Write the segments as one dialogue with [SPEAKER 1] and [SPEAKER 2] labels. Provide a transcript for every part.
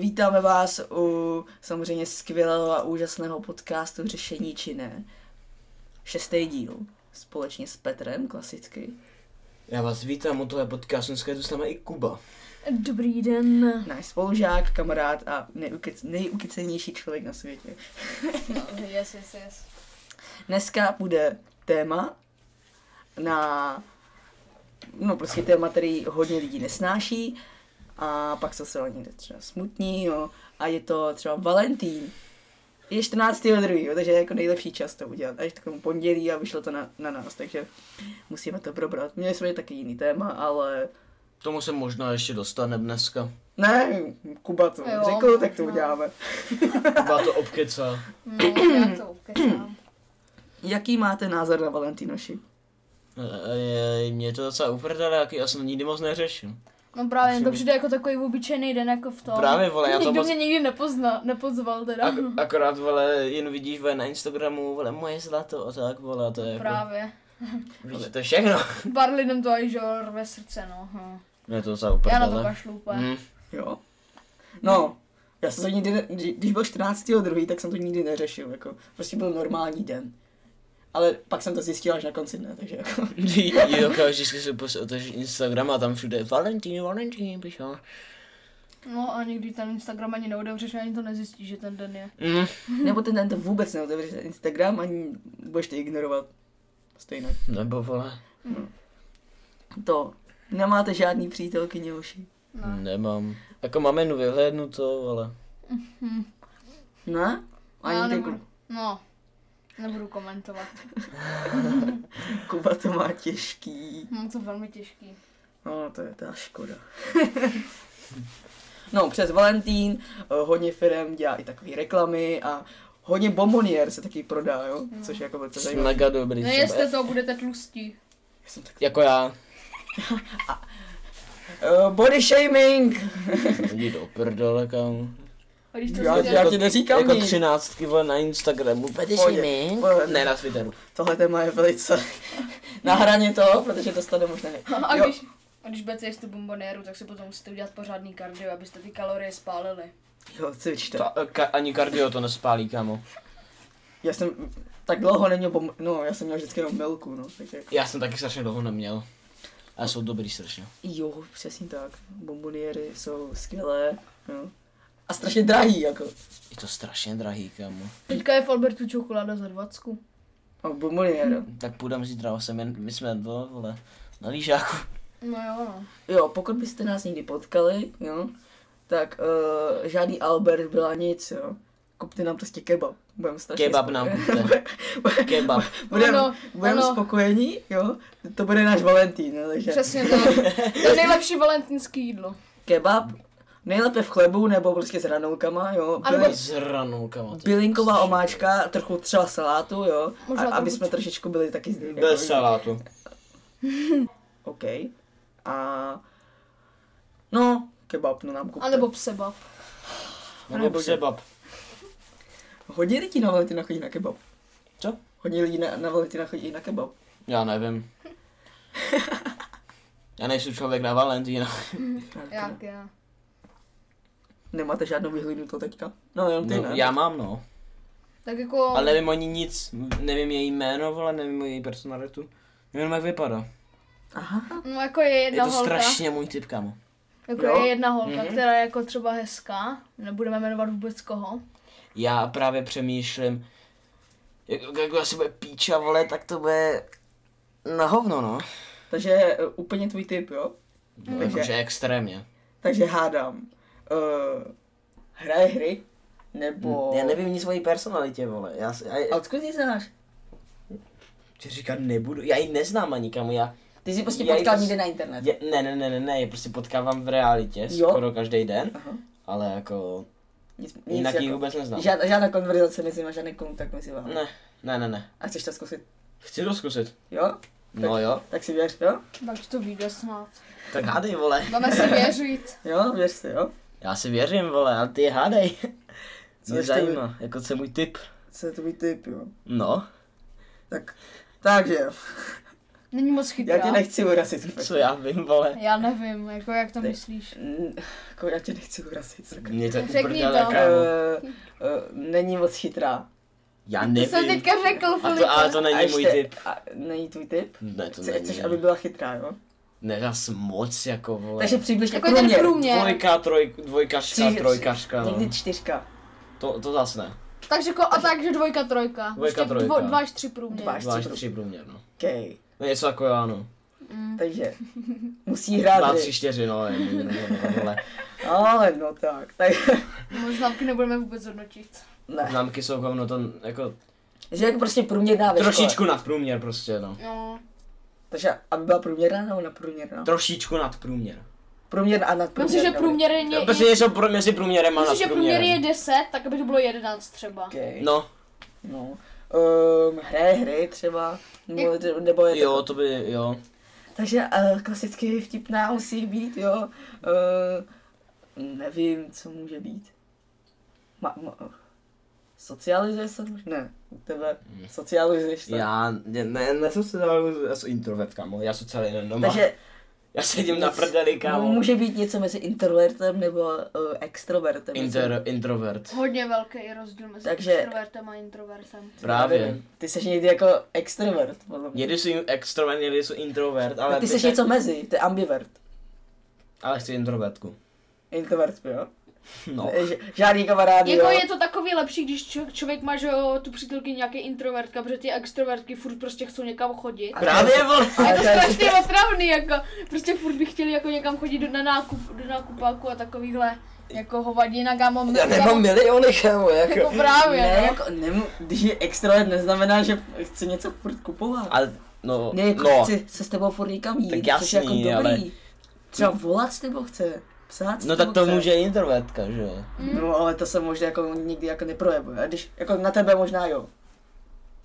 [SPEAKER 1] Vítáme vás u samozřejmě skvělého a úžasného podcastu Řešení či ne. Šestý díl. Společně s Petrem, klasicky.
[SPEAKER 2] Já vás vítám u tohle podcastu, dneska je tu s námi i Kuba.
[SPEAKER 3] Dobrý den.
[SPEAKER 1] Náš spolužák, kamarád a neukec, nejukycenější člověk na světě.
[SPEAKER 3] No, Yes, yes, yes.
[SPEAKER 1] Dneska bude téma na... No prostě téma, který hodně lidí nesnáší a pak jsou se o někde třeba smutní, jo. A je to třeba Valentín. Je 14. druhý, takže je jako nejlepší čas to udělat. Až takovému pondělí a vyšlo to na, na, nás, takže musíme to probrat. Měli jsme taky jiný téma, ale
[SPEAKER 2] K tomu se možná ještě dostaneme dneska.
[SPEAKER 1] ne, Kuba to
[SPEAKER 3] Jo,
[SPEAKER 1] řekl, tak to
[SPEAKER 3] možná.
[SPEAKER 1] uděláme.
[SPEAKER 2] Kuba to obkecá.
[SPEAKER 3] No, já to ukecám.
[SPEAKER 1] Jaký máte názor na Valentinoši?
[SPEAKER 2] E, e, Mě je to docela uprdele, jaký já jsem nikdy moc neřešil.
[SPEAKER 3] No právě, to přijde jako takový obyčejný den jako v tom.
[SPEAKER 2] Právě, vole, já to
[SPEAKER 3] Nikdo
[SPEAKER 2] moc-
[SPEAKER 3] mě nikdy nepozna, nepozval teda.
[SPEAKER 2] Ak- akorát, vole, jen vidíš, vole, na Instagramu, vole, moje zlato a tak, vole, a to je jako,
[SPEAKER 3] Právě.
[SPEAKER 2] víš, to je všechno.
[SPEAKER 3] Pár lidem to až že rve srdce, no. hm.
[SPEAKER 2] Mě je to docela
[SPEAKER 3] Já
[SPEAKER 2] uprdele.
[SPEAKER 3] na to kašlu úplně.
[SPEAKER 2] Mm.
[SPEAKER 1] Jo. No, já jsem to nikdy, ne- kdy- když byl 14.2., tak jsem to nikdy neřešil, jako, prostě byl normální den. Ale pak jsem to zjistil až na konci dne, takže jako,
[SPEAKER 2] jo, jako vždycky si prostě otevřeš Instagram a tam všude je Valentín, Valentín, píšel.
[SPEAKER 3] No a nikdy ten Instagram ani neodevřeš, ani to nezjistíš, že ten den je.
[SPEAKER 2] Mm.
[SPEAKER 1] nebo ten den to vůbec neotevřeš ten Instagram, ani budeš to ignorovat. Stejně.
[SPEAKER 2] Nebo, vole,
[SPEAKER 1] To, nemáte žádný přítelkyně uši.
[SPEAKER 3] Ne.
[SPEAKER 2] nemám. Jako mám jen vyhlédnuto, vole.
[SPEAKER 3] Hm.
[SPEAKER 1] Ne?
[SPEAKER 3] Já
[SPEAKER 1] Ani ty
[SPEAKER 3] nebudu. No. Nebudu komentovat.
[SPEAKER 1] Ku- Kuba to má těžký.
[SPEAKER 3] Mám to velmi těžký.
[SPEAKER 1] No, to je ta škoda. no, přes Valentín eh, hodně firm dělá i takové reklamy a hodně bombonier se taky prodá, jo?
[SPEAKER 3] No.
[SPEAKER 1] Což je jako velice
[SPEAKER 2] Jsi
[SPEAKER 1] zajímavé.
[SPEAKER 2] mega dobrý.
[SPEAKER 3] Nejeste
[SPEAKER 2] třeba.
[SPEAKER 3] No, to, budete tlustí.
[SPEAKER 1] Já jsem tak...
[SPEAKER 2] Jako já.
[SPEAKER 1] Eh, body shaming!
[SPEAKER 2] Jdi do prdele, kam.
[SPEAKER 3] A když to
[SPEAKER 1] Já-
[SPEAKER 3] zjistíte-
[SPEAKER 1] já- ti neříkám
[SPEAKER 2] jako
[SPEAKER 1] nic.
[SPEAKER 2] třináctky, vole, na Instagramu. Peteš
[SPEAKER 1] Pojď,
[SPEAKER 2] mi?
[SPEAKER 1] pojď.
[SPEAKER 2] Ne, na Twitteru.
[SPEAKER 1] Tohle téma je velice na hraně toho, protože dostane možná ne.
[SPEAKER 3] A
[SPEAKER 1] Jo.
[SPEAKER 3] když, a když budete jíst tu bombonéru, tak si potom musíte udělat pořádný kardio, abyste ty kalorie spálili.
[SPEAKER 1] Jo, cvičte.
[SPEAKER 2] To, ka, ani kardio to nespálí, kámo.
[SPEAKER 1] Já jsem tak dlouho neměl bom... No, já jsem měl vždycky jenom milku, no. Takže jako...
[SPEAKER 2] Já jsem taky strašně dlouho neměl. A jsou dobrý strašně.
[SPEAKER 1] Jo, přesně tak. Bomboniéry jsou skvělé, no. A strašně drahý, jako.
[SPEAKER 2] Je to strašně drahý, kámo.
[SPEAKER 3] Teďka je v Albertu čokoláda za 20.
[SPEAKER 1] A bomboniér.
[SPEAKER 2] Tak půjdem zítra sem, jen, my jsme to, vole, na lížáku.
[SPEAKER 3] No jo, no.
[SPEAKER 1] Jo, pokud byste nás někdy potkali, jo, tak uh, žádný Albert byla nic, jo. Kupte nám prostě kebab. Budeme strašně
[SPEAKER 2] Kebab
[SPEAKER 1] spokoje-
[SPEAKER 2] nám kupte. Kebab.
[SPEAKER 1] budeme,
[SPEAKER 3] Ano,
[SPEAKER 1] budeme
[SPEAKER 3] ano.
[SPEAKER 1] spokojení, jo. To bude náš Valentín, jo, takže
[SPEAKER 3] Přesně to. To je nejlepší valentínský jídlo.
[SPEAKER 1] kebab, nejlépe v chlebu nebo prostě s hranolkama, jo.
[SPEAKER 3] A nebo-
[SPEAKER 1] Byli-
[SPEAKER 2] Z ranou, kámo.
[SPEAKER 1] Bylinková omáčka, trochu třeba salátu, jo, a,
[SPEAKER 3] Možná
[SPEAKER 1] aby
[SPEAKER 3] trochu-
[SPEAKER 1] jsme trošičku byli taky z
[SPEAKER 2] Bez salátu.
[SPEAKER 1] OK. A no, kebab, no nám kupte.
[SPEAKER 3] A nebo psebab.
[SPEAKER 2] Nebo sebab.
[SPEAKER 1] Hodně lidí na Valentina chodí na kebab.
[SPEAKER 2] Co?
[SPEAKER 1] Hodně lidí na, na Valentina chodí na kebab.
[SPEAKER 2] Já nevím. Já nejsem člověk na Valentína.
[SPEAKER 1] Tak, no.
[SPEAKER 3] Jak já.
[SPEAKER 1] Nemáte žádnou vyhlídnutou teďka? No, jenom ty
[SPEAKER 2] No,
[SPEAKER 1] ne.
[SPEAKER 2] já mám, no.
[SPEAKER 3] Tak jako...
[SPEAKER 2] Ale nevím ani nic, nevím její jméno, vole, nevím její personalitu. Nevím, jak vypadá.
[SPEAKER 1] Aha.
[SPEAKER 3] No jako je
[SPEAKER 2] Je
[SPEAKER 3] jedna
[SPEAKER 2] to
[SPEAKER 3] holka.
[SPEAKER 2] strašně můj typ, kámo.
[SPEAKER 3] Jako
[SPEAKER 1] Jo.
[SPEAKER 3] je jedna holka,
[SPEAKER 2] Mhm.
[SPEAKER 3] která je jako třeba hezká. Nebudeme jmenovat vůbec koho.
[SPEAKER 2] Já právě přemýšlím, jak, jak asi bude píča, vole, tak to bude na hovno, no.
[SPEAKER 1] Takže eh, úplně tvůj typ, jo?
[SPEAKER 2] no jakože extrémně.
[SPEAKER 1] Takže hádám. Uh, hraje hry? Nebo...
[SPEAKER 2] Mm, Já nevím nic o její personalitě, vole. Já, já, já
[SPEAKER 1] Ale odkud ji znáš?
[SPEAKER 2] ti říkat nebudu, já ji neznám ani, kámo, já,
[SPEAKER 1] Ty jsi prostě
[SPEAKER 2] Já ji
[SPEAKER 1] potkal
[SPEAKER 2] pos-
[SPEAKER 1] někde na internet.
[SPEAKER 2] je, ne, ne, ne, ne, ne, je prostě potkávám v realitě,
[SPEAKER 1] Jo.
[SPEAKER 2] skoro každý den,
[SPEAKER 1] Aha.
[SPEAKER 2] ale jako,
[SPEAKER 1] Nic, nic
[SPEAKER 2] jinak ji
[SPEAKER 1] jako-
[SPEAKER 2] vůbec neznám.
[SPEAKER 1] Žád, žádná konverzace mezi vámi, žádný kontakt mezi vámi.
[SPEAKER 2] Ne, ne, ne, ne.
[SPEAKER 1] A chceš to zkusit?
[SPEAKER 2] Chci to zkusit.
[SPEAKER 1] Jo?
[SPEAKER 2] No jo,
[SPEAKER 1] Tak si věř, jo?
[SPEAKER 3] Takže to vyjde snad.
[SPEAKER 2] tak hádej, vole.
[SPEAKER 3] Máme si věřit.
[SPEAKER 1] Jo, věř si, jo?
[SPEAKER 2] Já si věřím, vole, ale ty je hádej.
[SPEAKER 1] Co
[SPEAKER 2] Co Mě
[SPEAKER 1] ještě
[SPEAKER 2] zajímá, jako co je můj typ.
[SPEAKER 1] Co je tvůj typ, jo?
[SPEAKER 2] No.
[SPEAKER 1] Tak, takže,
[SPEAKER 3] Není moc chytrá.
[SPEAKER 1] Já tě nechci urazit. Fakt.
[SPEAKER 2] Co já vím, vole.
[SPEAKER 3] Já nevím, jako jak to
[SPEAKER 1] Ty.
[SPEAKER 3] myslíš.
[SPEAKER 1] Mm, Jako já tě nechci urazit. sakra.
[SPEAKER 2] Mě to
[SPEAKER 3] Řekni
[SPEAKER 2] uprdele,
[SPEAKER 3] to.
[SPEAKER 2] kámo.
[SPEAKER 3] no.
[SPEAKER 1] Eh, eh, není moc chytrá.
[SPEAKER 2] Já
[SPEAKER 3] To jsem
[SPEAKER 2] nevím.
[SPEAKER 3] teďka řekl,
[SPEAKER 2] A to, ale
[SPEAKER 3] Filipe.
[SPEAKER 2] to
[SPEAKER 1] A
[SPEAKER 2] není můj
[SPEAKER 1] ještě-
[SPEAKER 2] typ.
[SPEAKER 1] A, není tvůj typ?
[SPEAKER 2] Ne, to
[SPEAKER 1] Chce-
[SPEAKER 2] není.
[SPEAKER 1] Chceš, aby byla chytrá, jo?
[SPEAKER 2] Ne, zas moc, jako vole.
[SPEAKER 1] Takže přibližně
[SPEAKER 3] Jako ten průměr.
[SPEAKER 2] Dvojka, troj, dvojkařka,
[SPEAKER 1] Tři-
[SPEAKER 2] trojkařka, no.
[SPEAKER 1] Někdy čtyřka.
[SPEAKER 2] To, to zas ne.
[SPEAKER 3] Takže ko, a takže dvojka, trojka.
[SPEAKER 2] Dvojka,
[SPEAKER 3] Ještě
[SPEAKER 2] trojka.
[SPEAKER 3] Dvo, dva až tři průměr.
[SPEAKER 1] Dva až-
[SPEAKER 2] Dva až
[SPEAKER 1] prů-
[SPEAKER 2] tři průměr, no.
[SPEAKER 1] Okay.
[SPEAKER 2] No něco jako já, no.
[SPEAKER 3] Mm.
[SPEAKER 1] Takže musí
[SPEAKER 2] Dva,
[SPEAKER 1] hrát.
[SPEAKER 2] tři,
[SPEAKER 1] hry.
[SPEAKER 2] čtyři, no. je- je- je- je- vole.
[SPEAKER 1] Ale no tak. tak
[SPEAKER 3] Moje známky nebudeme vůbec hodnotit.
[SPEAKER 1] ne.
[SPEAKER 2] Známky jsou hovno, to jako
[SPEAKER 1] Že jako prostě průměrná ve škole.
[SPEAKER 2] trošičku nad průměr prostě, no.
[SPEAKER 3] No.
[SPEAKER 1] Takže aby byla průměrná nebo neprůměrná?
[SPEAKER 2] Trošičku nad průměr.
[SPEAKER 1] Průměrná a nadprůměrná.
[SPEAKER 3] Myslím, že průměr je... je
[SPEAKER 2] Prostě něco pro, mezi průměrem a nad
[SPEAKER 3] Myslím, že průměr je
[SPEAKER 2] průměrem.
[SPEAKER 3] 10, tak aby to bylo 11 třeba.
[SPEAKER 1] Okay. No.
[SPEAKER 2] No,
[SPEAKER 1] no. Um, hraje hry třeba. Nebo, nebo je
[SPEAKER 2] jo, to by, jo.
[SPEAKER 1] Takže uh, klasicky vtipná musí být, jo. Uh, nevím, co může být. Ma, ma, socializuje se? Ne, u tebe. Socializuješ se?
[SPEAKER 2] Já, ne, ne, ne jsem se jako dal, já jsem introvert, kámo, já jsem celý den doma.
[SPEAKER 1] Takže
[SPEAKER 2] Já sedím na prdeli,
[SPEAKER 1] no,
[SPEAKER 2] kámo.
[SPEAKER 1] může být něco mezi introvertem nebo uh, extrovertem.
[SPEAKER 2] Inter, introvert.
[SPEAKER 3] Hodně velký rozdíl mezi
[SPEAKER 1] Takže-
[SPEAKER 3] extrovertem a introvertem.
[SPEAKER 1] Myslím, já
[SPEAKER 2] Právě.
[SPEAKER 1] nevím. Ty jsi někdy jako extrovert, podle mě.
[SPEAKER 2] Někdy jsou extrovert, někdy jsou introvert, ale...
[SPEAKER 1] No, ty
[SPEAKER 2] bych-
[SPEAKER 1] jsi něco mezi, ty ambivert.
[SPEAKER 2] Ale chci introvertku.
[SPEAKER 1] Introvert, jo? Eh,
[SPEAKER 2] No.
[SPEAKER 1] Ž- žádný kamarád,
[SPEAKER 3] Jako
[SPEAKER 1] jo?
[SPEAKER 3] je to takový lepší, když čo- člověk má, že jo, tu přítelky nějaký introvertka, protože ty extrovertky furt prostě chcou někam chodit.
[SPEAKER 1] A-
[SPEAKER 2] Právě, vole.
[SPEAKER 3] A je to
[SPEAKER 1] to je-
[SPEAKER 3] strašně otravný, jako, prostě furt by chtěli jako někam chodit do, na nákup, do nákupáku a takovýhle, jako hovadina, kámo, my-
[SPEAKER 2] Já nemám miliony, kámo,
[SPEAKER 3] jako
[SPEAKER 2] jako.
[SPEAKER 3] právě,
[SPEAKER 1] Ne,
[SPEAKER 3] ne,
[SPEAKER 1] jako, nemu, když je extrovert, neznamená, že chci něco furt kupovat.
[SPEAKER 2] Ale, no,
[SPEAKER 1] Ne, jako no.
[SPEAKER 2] no.
[SPEAKER 1] chci se s tebou furt někam jít,
[SPEAKER 2] Tak
[SPEAKER 1] tak jasný, což je jako
[SPEAKER 2] jasný,
[SPEAKER 1] dobrý.
[SPEAKER 2] ale-
[SPEAKER 1] Ale... Třeba volat s tebou chce, psát s
[SPEAKER 2] No
[SPEAKER 1] tebou
[SPEAKER 2] tak to
[SPEAKER 1] chce.
[SPEAKER 2] může introvertka, že jo?
[SPEAKER 1] No ale to se možná jako nikdy jako neprojevuje. A když, jako na tebe možná jo.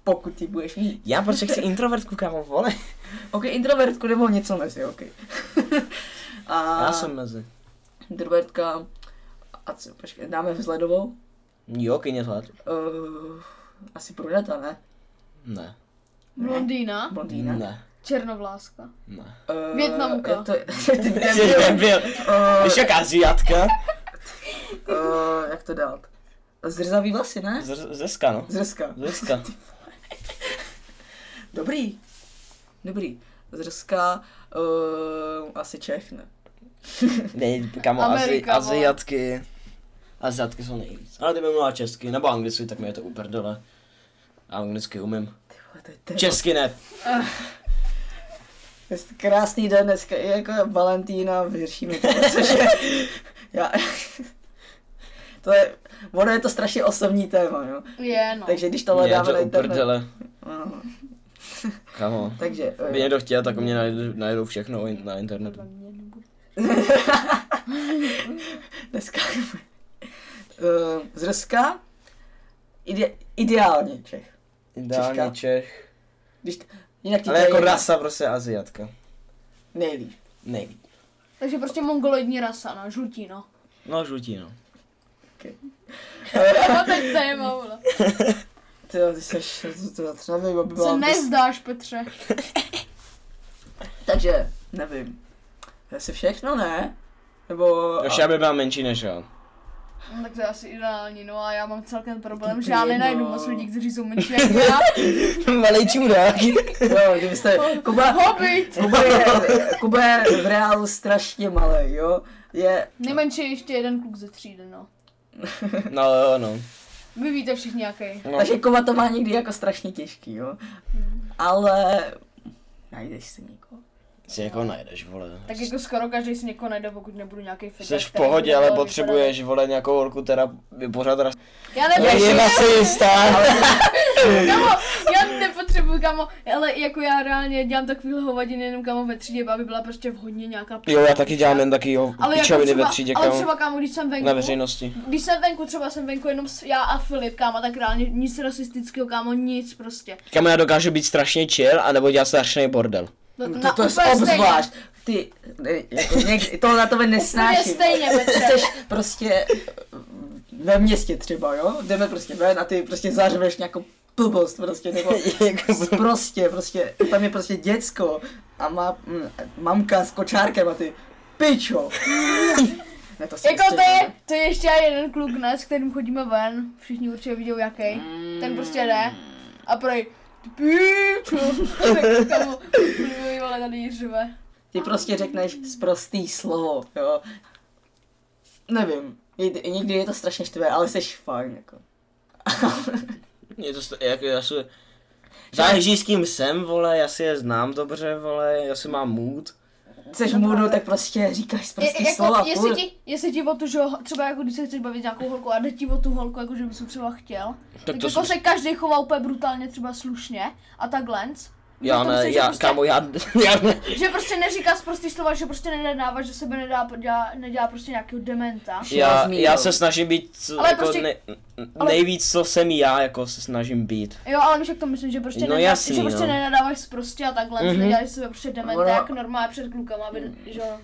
[SPEAKER 1] Pokud ty budeš mít.
[SPEAKER 2] Já prostě chci introvertku, kámo, vole.
[SPEAKER 1] Ok, introvertku nebo něco mezi, ok. a
[SPEAKER 2] Já jsem mezi.
[SPEAKER 1] introvertka, a co, počkej, dáme vzhledovou?
[SPEAKER 2] Jo, kyně hlad.
[SPEAKER 1] Uh, asi bruneta, ne?
[SPEAKER 2] Ne.
[SPEAKER 3] blondýna,
[SPEAKER 1] Blondýna.
[SPEAKER 2] Ne.
[SPEAKER 3] černovláska,
[SPEAKER 2] Ne.
[SPEAKER 1] Uh,
[SPEAKER 3] Vietnamka.
[SPEAKER 1] Je to, ty
[SPEAKER 2] Jsi
[SPEAKER 1] debil.
[SPEAKER 2] debil.
[SPEAKER 1] Eh,
[SPEAKER 2] Jsi jak Aziatka.
[SPEAKER 1] Uh, jak to dát? Zrzavý vlasy, ne?
[SPEAKER 2] Z- Zeska, no.
[SPEAKER 1] Zrska.
[SPEAKER 2] Zeska.
[SPEAKER 1] Dobrý. Dobrý. Zrska, uh, asi Čech, ne?
[SPEAKER 2] Ne, kámo, Azi,
[SPEAKER 3] Amerika, vole.
[SPEAKER 2] Aziatky. Aziatky jsou nejvíc. Ale kdyby mluvila česky nebo anglicky, tak mi je to uprdele. A anglicky umím.
[SPEAKER 1] Ty vole, to je ten...
[SPEAKER 2] Česky ne.
[SPEAKER 1] Jest Krásný den, dneska je jako Valentína, vyřešíme to, což je... Já... To je, ono je to strašně osobní téma, jo.
[SPEAKER 3] je no.
[SPEAKER 1] Takže když
[SPEAKER 2] Mě
[SPEAKER 1] tohle
[SPEAKER 2] je
[SPEAKER 1] dáme
[SPEAKER 2] to
[SPEAKER 1] na internet...
[SPEAKER 2] uprdele.
[SPEAKER 1] No,
[SPEAKER 2] Kámo.
[SPEAKER 1] takže...
[SPEAKER 2] Kdyby
[SPEAKER 1] eh,
[SPEAKER 2] někdo chtěl, tak u mě najdou, najdou všechno in- na internetu.
[SPEAKER 1] dneska... eh, Zrska, ide, ideálně Čech. Češka.
[SPEAKER 2] Ideální Čech.
[SPEAKER 1] Když, jinak ti
[SPEAKER 2] Ale
[SPEAKER 1] to je
[SPEAKER 2] jako
[SPEAKER 1] jedno.
[SPEAKER 2] rasa prostě Aziatka.
[SPEAKER 1] Nejlíp.
[SPEAKER 2] Nejvíc.
[SPEAKER 3] Takže prostě mongoloidní rasa, no, žlutí, no.
[SPEAKER 2] No, žlutí, no.
[SPEAKER 3] A teď No, téma, vole.
[SPEAKER 1] Ty, jo, ty seš, to, to, to nevím, aby byla...
[SPEAKER 3] Se nezdáš, Petře.
[SPEAKER 1] Takže, nevím. Asi všechno, ne? Nebo...
[SPEAKER 2] Ještě aby byla menší než já.
[SPEAKER 3] No, tak to je asi ideální, no a já mám celkem problém,
[SPEAKER 1] Ty
[SPEAKER 3] že já
[SPEAKER 1] jedno.
[SPEAKER 3] nenajdu moc lidí, kteří jsou menší jak já.
[SPEAKER 2] Malej čurák.
[SPEAKER 1] Jo, kdybyste... Kuba,
[SPEAKER 3] Hobbit!
[SPEAKER 1] Kuba, je, Kuba je v reálu strašně malý, jo? Je...
[SPEAKER 3] Nejmenší je ještě jeden kluk ze třídy, no.
[SPEAKER 2] No, jo, no.
[SPEAKER 3] Vy víte všichni jaký.
[SPEAKER 2] no.
[SPEAKER 1] Takže Kuba to má někdy jako strašně těžký, jo? Ale... Najdeš si někoho.
[SPEAKER 2] Si jako najdeš, vole.
[SPEAKER 3] Tak jako skoro každý si někoho najde, pokud nebudu nějaký fetiš.
[SPEAKER 2] Jsi v
[SPEAKER 3] který
[SPEAKER 2] pohodě,
[SPEAKER 3] bude
[SPEAKER 2] ale
[SPEAKER 3] dělat
[SPEAKER 2] potřebuješ, vole, nějakou holku, která je pořád ras...
[SPEAKER 3] vypadat- Já nevím,
[SPEAKER 2] rasista!
[SPEAKER 3] kamo, já nepotřebuju, kamo, ale jako já reálně dělám takovýhle hovadiny jenom kamo ve třídě, aby byla prostě vhodně nějaká p-
[SPEAKER 2] Jo, já taky dělám jen taky jo,
[SPEAKER 3] ale jako
[SPEAKER 2] pičoviny
[SPEAKER 3] třeba,
[SPEAKER 2] ve třídě,
[SPEAKER 3] ale
[SPEAKER 2] kámo.
[SPEAKER 3] třeba kamo, když jsem venku,
[SPEAKER 2] Na veřejnosti.
[SPEAKER 3] Když jsem venku, třeba jsem venku jenom s, já a Filip, kámo, tak reálně nic rasistického, kámo, nic prostě.
[SPEAKER 2] Kámo, já dokážu být strašně chill, anebo dělat strašný bordel.
[SPEAKER 3] No,
[SPEAKER 1] To, to je
[SPEAKER 3] úplně stejně.
[SPEAKER 1] obzvlášť. Ty, ne, jako někdy, to na tebe
[SPEAKER 3] Úplně
[SPEAKER 1] nesnáším.
[SPEAKER 3] stejně, Petře.
[SPEAKER 1] Jsi prostě ve městě třeba, jo? Jdeme prostě ven a ty prostě zařveš nějakou blbost prostě, nebo
[SPEAKER 2] Jako-
[SPEAKER 1] prostě, prostě, tam je prostě děcko a má, mm, mamka s kočárkem a ty, pičo. ne, to si
[SPEAKER 3] Jako
[SPEAKER 1] prostě
[SPEAKER 3] to je,
[SPEAKER 1] ne.
[SPEAKER 3] to je ještě jeden kluk, ne, s kterým chodíme ven, všichni určitě viděl jaký,
[SPEAKER 1] Mm.
[SPEAKER 3] ten prostě jde a proj, ty píču, tak tomu mluví, vole, tady řve.
[SPEAKER 1] Ty prostě řekneš zprostý slovo, jo. Nevím, jed- někdy je to strašně štve, ale jsi fajn, jako.
[SPEAKER 2] Je to st- jako já si... Záleží s kým jsem, vole, já si je znám dobře, vole, já si mám mood.
[SPEAKER 1] Jsi v můdu, tak prostě říkáš zprostý
[SPEAKER 3] No, Je,
[SPEAKER 1] slova,
[SPEAKER 3] jako, jestli
[SPEAKER 1] furt.
[SPEAKER 3] ti, jestli ti o to, že ho- třeba jako když se chceš bavit s nějakou holkou a jde ti o tu holku, jako že bys ji třeba chtěl, tak,
[SPEAKER 2] to
[SPEAKER 3] jako
[SPEAKER 2] jsem-
[SPEAKER 3] se každý chová úplně brutálně třeba slušně a takhle.
[SPEAKER 2] Já
[SPEAKER 3] Potom
[SPEAKER 2] ne,
[SPEAKER 3] se, že
[SPEAKER 2] já,
[SPEAKER 3] prostě-
[SPEAKER 2] kámo, já, já ne.
[SPEAKER 3] Že prostě neříká prostý slova, že prostě nedává, že sebe nedá, dělá, nedělá prostě nějakého dementa.
[SPEAKER 2] Já,
[SPEAKER 1] Šlázný,
[SPEAKER 2] já
[SPEAKER 1] jo.
[SPEAKER 2] se snažím být, co-
[SPEAKER 3] Ale
[SPEAKER 2] jako
[SPEAKER 3] prostě-
[SPEAKER 2] ne, nejvíc, co jsem já, jako se snažím být.
[SPEAKER 3] Jo, ale víš, jak to myslím, že prostě,
[SPEAKER 2] No
[SPEAKER 3] nedá,
[SPEAKER 2] jasný,
[SPEAKER 3] že prostě
[SPEAKER 2] no.
[SPEAKER 3] nenadáváš prostě a takhle,
[SPEAKER 2] Mhm.
[SPEAKER 3] mm-hmm. neděláš sebe prostě dementa,
[SPEAKER 1] Ono-
[SPEAKER 3] jak normálně před klukama, aby, že jo.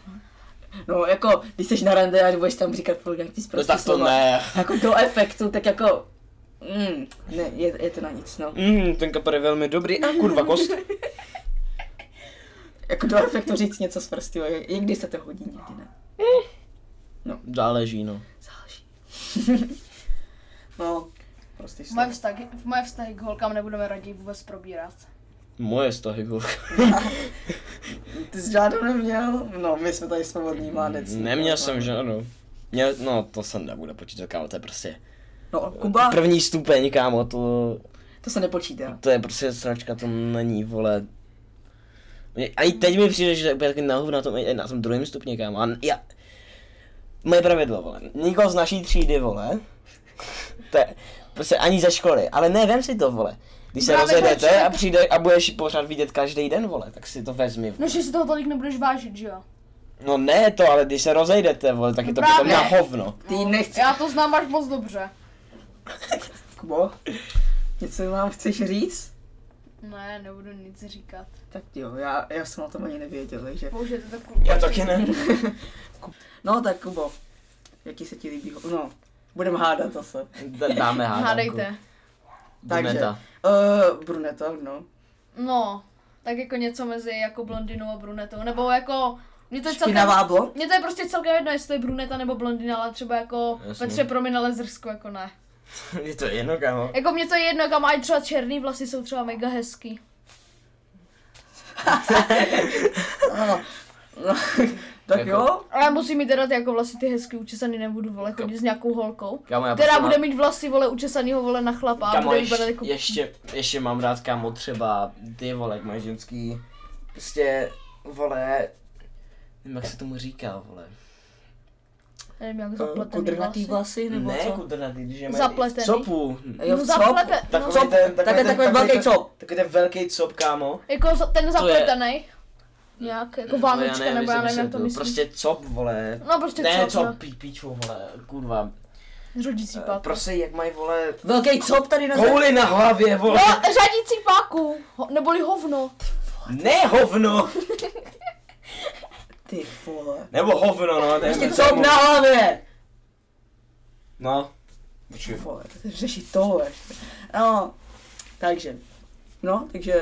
[SPEAKER 1] No jako, když jsi na rande a budeš tam říkat furt nějaký
[SPEAKER 2] No
[SPEAKER 3] Prostě
[SPEAKER 1] zprostý
[SPEAKER 2] tak to
[SPEAKER 1] slova.
[SPEAKER 2] ne.
[SPEAKER 1] Jako do efektu, tak jako... Mm, ne, je, je to na nic, no.
[SPEAKER 2] Mm, ten kapar je velmi dobrý. A kurva kost.
[SPEAKER 1] Jako do efektu říct něco zprostýho, je- i když se to hodí, někdy ne.
[SPEAKER 2] Záleží, no.
[SPEAKER 1] Záleží. no, prostě
[SPEAKER 3] Moje vztahy, v moje vztahy k holkám nebudeme raději vůbec probírat.
[SPEAKER 2] Moje vztahy, kurva.
[SPEAKER 1] Ty jsi žádnou neměl? No, my jsme tady svobodní mládec.
[SPEAKER 2] Neměl jsem žádnou. Mě, no, to se nebude počítat, kámo, to je prostě
[SPEAKER 1] No, Kuba,
[SPEAKER 2] první stupeň, kámo, to,
[SPEAKER 1] to se nepočítá.
[SPEAKER 2] to je prostě sračka, to není, vole. Mě- A i teď mi přijde, že to je úplně taky nahuv na tom, na tom druhém stupni, kámo. A n- já, moje pravidlo, vole, nikoho z naší třídy, vole, to je, prostě ani ze školy, ale ne, vem si to, vole. Když se
[SPEAKER 3] Právě
[SPEAKER 2] rozjedete
[SPEAKER 3] proč-
[SPEAKER 2] a přijde a budeš pořád vidět každý den, vole, tak si to vezmi.
[SPEAKER 3] No,
[SPEAKER 2] Vole.
[SPEAKER 3] že si toho tolik nebudeš vážit, že jo?
[SPEAKER 2] No ne to, ale když se rozejdete, vole, tak
[SPEAKER 3] No
[SPEAKER 2] je to potom
[SPEAKER 3] právě.
[SPEAKER 2] na hovno.
[SPEAKER 1] Ty nechci,
[SPEAKER 3] Já to znám až moc dobře.
[SPEAKER 1] Kubo. Něco nám chceš říct?
[SPEAKER 3] Ne, nebudu nic říkat.
[SPEAKER 1] Tak jo, já, já jsem o tom ani nevěděl, takže...
[SPEAKER 3] Bože, to tak kurva.
[SPEAKER 2] Já taky ne.
[SPEAKER 1] No tak Kubo, jaký se ti líbí? ho- No, budeme hádat zase.
[SPEAKER 2] D- Dáme hádanku.
[SPEAKER 3] Hádejte.
[SPEAKER 1] Takže.
[SPEAKER 2] Bruneta.
[SPEAKER 1] Uh, Bruneta, no.
[SPEAKER 3] No, tak jako něco mezi jako blondinou a brunetou, nebo jako... Mě to je celkem...
[SPEAKER 1] Špinavá blok?
[SPEAKER 3] Mně to je prostě celkem jedno, jestli to je bruneta nebo blondina, ale třeba jako
[SPEAKER 2] Jasně.
[SPEAKER 3] Petře promiň, ale zrsko jako ne.
[SPEAKER 2] Je to jedno, kámo.
[SPEAKER 3] Jako mě to je jedno, kam i třeba černý vlasy jsou třeba mega hezký.
[SPEAKER 1] Ano. No, tak
[SPEAKER 2] Jako-
[SPEAKER 1] jo.
[SPEAKER 3] Ale musí mi teda ty jako vlasy ty hezky učesaný nebudu vole chodit s nějakou holkou.
[SPEAKER 2] Kámo, Jako- já
[SPEAKER 3] Která
[SPEAKER 2] prostě
[SPEAKER 3] bude
[SPEAKER 2] mám-
[SPEAKER 3] mít vlasy vole učesanýho vole na chlapa a
[SPEAKER 2] Kámo,
[SPEAKER 3] bude
[SPEAKER 2] ještě,
[SPEAKER 3] vypadat jako...
[SPEAKER 2] ještě, ještě mám rád, kámo, třeba ty vole, jak mají ženský, prostě, vole, nevím, jak se tomu říká, vole.
[SPEAKER 3] Nevím, jak
[SPEAKER 1] Eh,
[SPEAKER 3] zapletený
[SPEAKER 1] Kudrnatý
[SPEAKER 3] vlasy.
[SPEAKER 1] vlasy nebo
[SPEAKER 2] Ne,
[SPEAKER 1] co?
[SPEAKER 2] kudrnatý, když je
[SPEAKER 3] Zapletený.
[SPEAKER 2] Copu.
[SPEAKER 1] Jo,
[SPEAKER 3] No
[SPEAKER 1] v copu.
[SPEAKER 3] zaplete, no,
[SPEAKER 1] Cop. Takový- takový velký
[SPEAKER 2] ten-
[SPEAKER 1] cop.
[SPEAKER 2] Takový ten velký cop, kámo.
[SPEAKER 3] jako za- ten zapletený. Nějak, jako
[SPEAKER 2] No,
[SPEAKER 3] vánočka,
[SPEAKER 2] nevím,
[SPEAKER 3] nebo já
[SPEAKER 2] jestli
[SPEAKER 3] nevím, jak to
[SPEAKER 2] vysvětluju.
[SPEAKER 3] myslím.
[SPEAKER 2] Prostě cop, vole.
[SPEAKER 3] No prostě
[SPEAKER 2] Ne,
[SPEAKER 3] cop, no.
[SPEAKER 2] cop, pí, píču, vole, kurva.
[SPEAKER 3] Řadící
[SPEAKER 2] Eh,
[SPEAKER 3] páku.
[SPEAKER 2] Prostě, jak mají, vole,
[SPEAKER 1] Velký cop tady na zemi.
[SPEAKER 2] kouli na hlavě, vole.
[SPEAKER 3] No, řadící páku, ho, neboli hovno.
[SPEAKER 2] Ne hovno.
[SPEAKER 1] Ty vole.
[SPEAKER 2] Nebo hovno, no. to je
[SPEAKER 1] Ještě
[SPEAKER 2] moc-
[SPEAKER 1] cop na hlavě.
[SPEAKER 2] No. Počkej.
[SPEAKER 1] Vole, řeší tohle. ještě. No, takže. No, takže.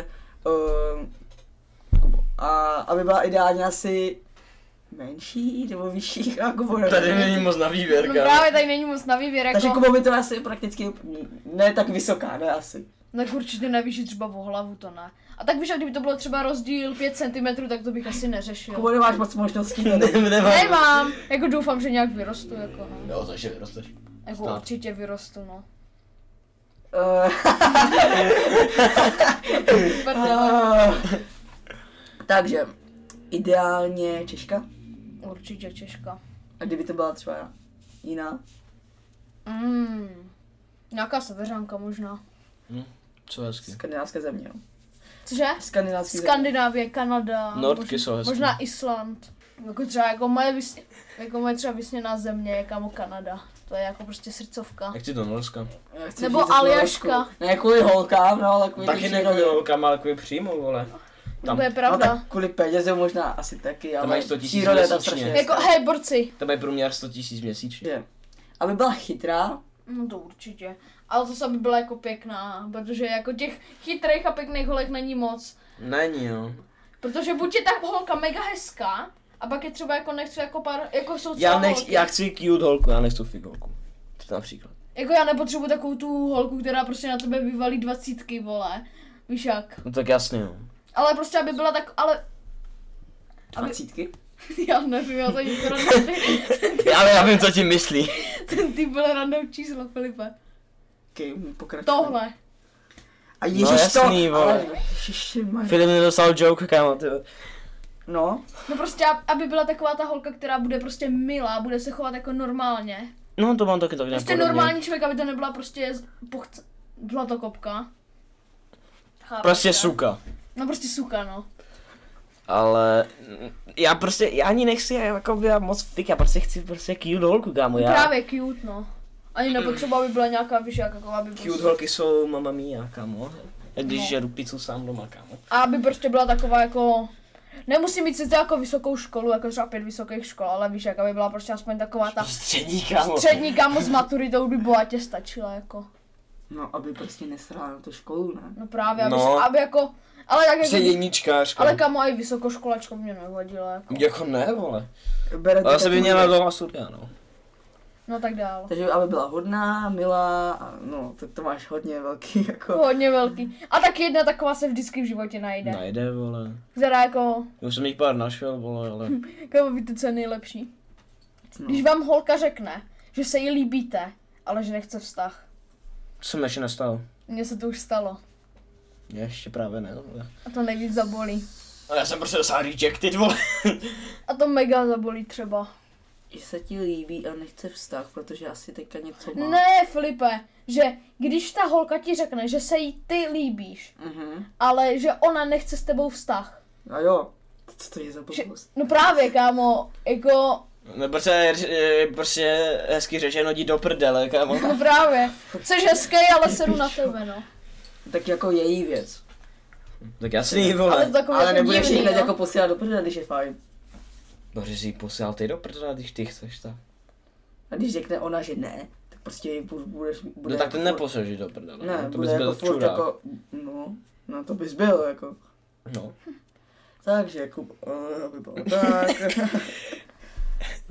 [SPEAKER 1] ehm, a aby byla ideálně asi menší nebo vyšší, jako bude.
[SPEAKER 2] Tady není moc na
[SPEAKER 3] No
[SPEAKER 2] výběr, kámo.
[SPEAKER 3] právě tady není moc na výběr,
[SPEAKER 1] Takže
[SPEAKER 3] jako...
[SPEAKER 1] Kubo by to asi prakticky ne tak vysoká, ne asi.
[SPEAKER 3] Tak určitě nevyšší třeba o hlavu, to ne. A tak víš, jak kdyby to bylo třeba rozdíl 5 cm, tak to bych asi
[SPEAKER 1] Kubo
[SPEAKER 3] neřešil.
[SPEAKER 1] nemáš moc možností tady.
[SPEAKER 2] Nemám.
[SPEAKER 3] Nemám, jako doufám, že nějak vyrostu, jako no.
[SPEAKER 2] Jo, takže vyrosteš.
[SPEAKER 3] Jako
[SPEAKER 2] Snad.
[SPEAKER 3] určitě vyrostu, no.
[SPEAKER 1] Eh,
[SPEAKER 3] Super, ty vole.
[SPEAKER 1] eh, Takže, ideálně Češka.
[SPEAKER 3] Určitě Češka.
[SPEAKER 1] A kdyby to byla třeba jiná?
[SPEAKER 3] Mm. Nějaká severanka možná.
[SPEAKER 2] Co hezky.
[SPEAKER 1] Skandinávské země, jo.
[SPEAKER 3] Cože?
[SPEAKER 1] Skandinávské země.
[SPEAKER 3] Skandinávie, Kanada,
[SPEAKER 2] vlastně- Nordky
[SPEAKER 3] mož-
[SPEAKER 2] jsou hezký.
[SPEAKER 3] možná Island. Jako třeba jako moje, vysně, jako moje třeba vysněná země je kamo Kanada. To je jako prostě srdcovka.
[SPEAKER 2] Jak ti do Norska?
[SPEAKER 1] Já chci
[SPEAKER 3] Nebo
[SPEAKER 1] říct, jako
[SPEAKER 3] Aljaška.
[SPEAKER 1] Norsku. Ne kvůli holkám, no, ale kvůli
[SPEAKER 2] Taky
[SPEAKER 1] té
[SPEAKER 2] ne
[SPEAKER 1] přírodě.
[SPEAKER 2] kvůli holkám, ale kvůli příjmu, vole. Tam.
[SPEAKER 3] To je
[SPEAKER 1] No
[SPEAKER 3] pravda.
[SPEAKER 1] tak kvůli peněze možná asi taky, ale
[SPEAKER 2] mají 100 000
[SPEAKER 1] příroda je tam
[SPEAKER 2] měsíčně.
[SPEAKER 1] strašně
[SPEAKER 3] Jako,
[SPEAKER 1] hezká.
[SPEAKER 3] hej, borci,
[SPEAKER 2] Tam je průměr 100 tisíc měsíčně.
[SPEAKER 1] Že? Aby byla chytrá,
[SPEAKER 3] No to určitě. Ale zase by byla jako pěkná, protože jako těch chytrých a pěkných holek není moc.
[SPEAKER 2] Není, no.
[SPEAKER 3] Protože buď je ta holka mega hezká, a pak je třeba jako nechci jako pár, jako jsou třeba
[SPEAKER 2] Já, nech,
[SPEAKER 3] holky.
[SPEAKER 2] já chci cute holku, já nechci figurku. To například.
[SPEAKER 3] Jako já nepotřebuji takovou tu holku, která prostě na tebe vyvalí dvacítky, vole. Víš jak?
[SPEAKER 2] No tak jasně, no.
[SPEAKER 3] Ale prostě, aby byla tak, ale Aby-
[SPEAKER 1] Dvacítky?
[SPEAKER 3] já nevím, já to ani to random-
[SPEAKER 2] Já, já vím, co ti myslí.
[SPEAKER 3] ten typ byl random číslo, Filipe.
[SPEAKER 1] Okay, pokračuj.
[SPEAKER 3] Tohle.
[SPEAKER 1] A ježiš
[SPEAKER 2] No
[SPEAKER 1] to,
[SPEAKER 2] jasný, vole.
[SPEAKER 1] ale ježišmarja.
[SPEAKER 2] Filip nedostal joke, kámo, ty.
[SPEAKER 1] No,
[SPEAKER 3] No prostě, ab- aby byla taková ta holka, která bude prostě milá, bude se chovat jako normálně.
[SPEAKER 2] No to mám taky tak nějak
[SPEAKER 3] Prostě
[SPEAKER 2] podobně.
[SPEAKER 3] normální člověk, aby to nebyla prostě z- pochc... zlatokopka. Chápeš,
[SPEAKER 2] Prostě
[SPEAKER 3] ne?
[SPEAKER 2] suka.
[SPEAKER 3] No prostě suka, no.
[SPEAKER 2] Ale mm, já prostě, já ani nechci jako by já moc fik, já prostě chci prostě cute holku, kámo, já.
[SPEAKER 3] Právě cute, no. Ani nepotřeba, aby byla nějaká víš, jak, jako aby
[SPEAKER 2] Cute holky jsou mama mia, kámo. Jak když
[SPEAKER 3] No.
[SPEAKER 2] no. žeru pizzu sám doma, kámo.
[SPEAKER 3] A aby prostě byla taková jako... Nemusí mít sice jako vysokou školu, jako třeba pět vysokých škol, ale víš, jak aby byla prostě aspoň taková ta
[SPEAKER 2] Střední, kámo.
[SPEAKER 3] střední kámo s maturitou by bohatě stačila, jako.
[SPEAKER 1] no, aby prostě nesrala na tu školu, ne?
[SPEAKER 3] No právě, aby,
[SPEAKER 2] No.
[SPEAKER 3] no. aby jako... Ale tak
[SPEAKER 2] Prostě
[SPEAKER 3] jako...
[SPEAKER 2] jedničkář,
[SPEAKER 3] Ale
[SPEAKER 2] kámo.
[SPEAKER 3] kamo, i vysokoškolačka mě nevadila, jako.
[SPEAKER 2] Jako ne, vole.
[SPEAKER 1] Bere to
[SPEAKER 2] Ale se by
[SPEAKER 1] takový-
[SPEAKER 2] měla doma studia, no.
[SPEAKER 3] No tak dál.
[SPEAKER 1] Takže aby byla hodná, milá, a no, tak to máš hodně velký, jako.
[SPEAKER 3] Hodně velký. A tak jedna taková se vždycky v životě najde. Ne.
[SPEAKER 2] Najde, vole.
[SPEAKER 3] Která jako,
[SPEAKER 2] Už jsem jich pár našel, vole, ale...
[SPEAKER 1] Hm.
[SPEAKER 3] kamo víte, co je nejlepší.
[SPEAKER 1] No.
[SPEAKER 3] Když vám holka řekne, že se jí líbíte, ale že nechce vztah.
[SPEAKER 2] To jsem ještě nestal.
[SPEAKER 3] Mně se to už stalo.
[SPEAKER 2] Ještě právě ne, vole.
[SPEAKER 3] A to nejvíc zabolí.
[SPEAKER 2] A já jsem prostě dostal rejected, vole.
[SPEAKER 3] A to mega zabolí třeba.
[SPEAKER 1] Že se ti líbí a nechce vztah, protože asi teďka něco má.
[SPEAKER 3] Ne, Filipe, že když ta holka ti řekne, že se jí ty líbíš,
[SPEAKER 1] Mhm.
[SPEAKER 3] ale že ona nechce s tebou vztah.
[SPEAKER 1] A jo, co to je za
[SPEAKER 3] Že,
[SPEAKER 1] blbost?
[SPEAKER 3] no právě, kámo, jako,
[SPEAKER 2] No prostě, je prostě hezky řečeno jdi do prdele, kámo.
[SPEAKER 3] no právě. Jsi hezký, ale seru na tebe, no.
[SPEAKER 1] Tak jako její věc.
[SPEAKER 2] Tak jasný,
[SPEAKER 3] Ale to
[SPEAKER 2] vole.
[SPEAKER 3] takové
[SPEAKER 1] Ale
[SPEAKER 3] jako
[SPEAKER 1] nebudeš jí
[SPEAKER 3] divný,
[SPEAKER 1] hned
[SPEAKER 3] no.
[SPEAKER 1] jako posílat do prdele, když je fajn.
[SPEAKER 2] No, že jsi ji posílal ty do prdele, když ty chceš, tak.
[SPEAKER 1] A když řekne ona, že ne, tak prostě ji bu- budeš... Bude
[SPEAKER 2] No tak ten
[SPEAKER 1] jako furt-
[SPEAKER 2] neposlal, že do prdele.
[SPEAKER 1] Ne,
[SPEAKER 2] no, to
[SPEAKER 1] bude
[SPEAKER 2] bys
[SPEAKER 1] jako
[SPEAKER 2] byl
[SPEAKER 1] furt
[SPEAKER 2] čurák.
[SPEAKER 1] jako... No, no to bys byl, jako.
[SPEAKER 2] No.
[SPEAKER 1] Takže Jakub, eh, aby bylo tak.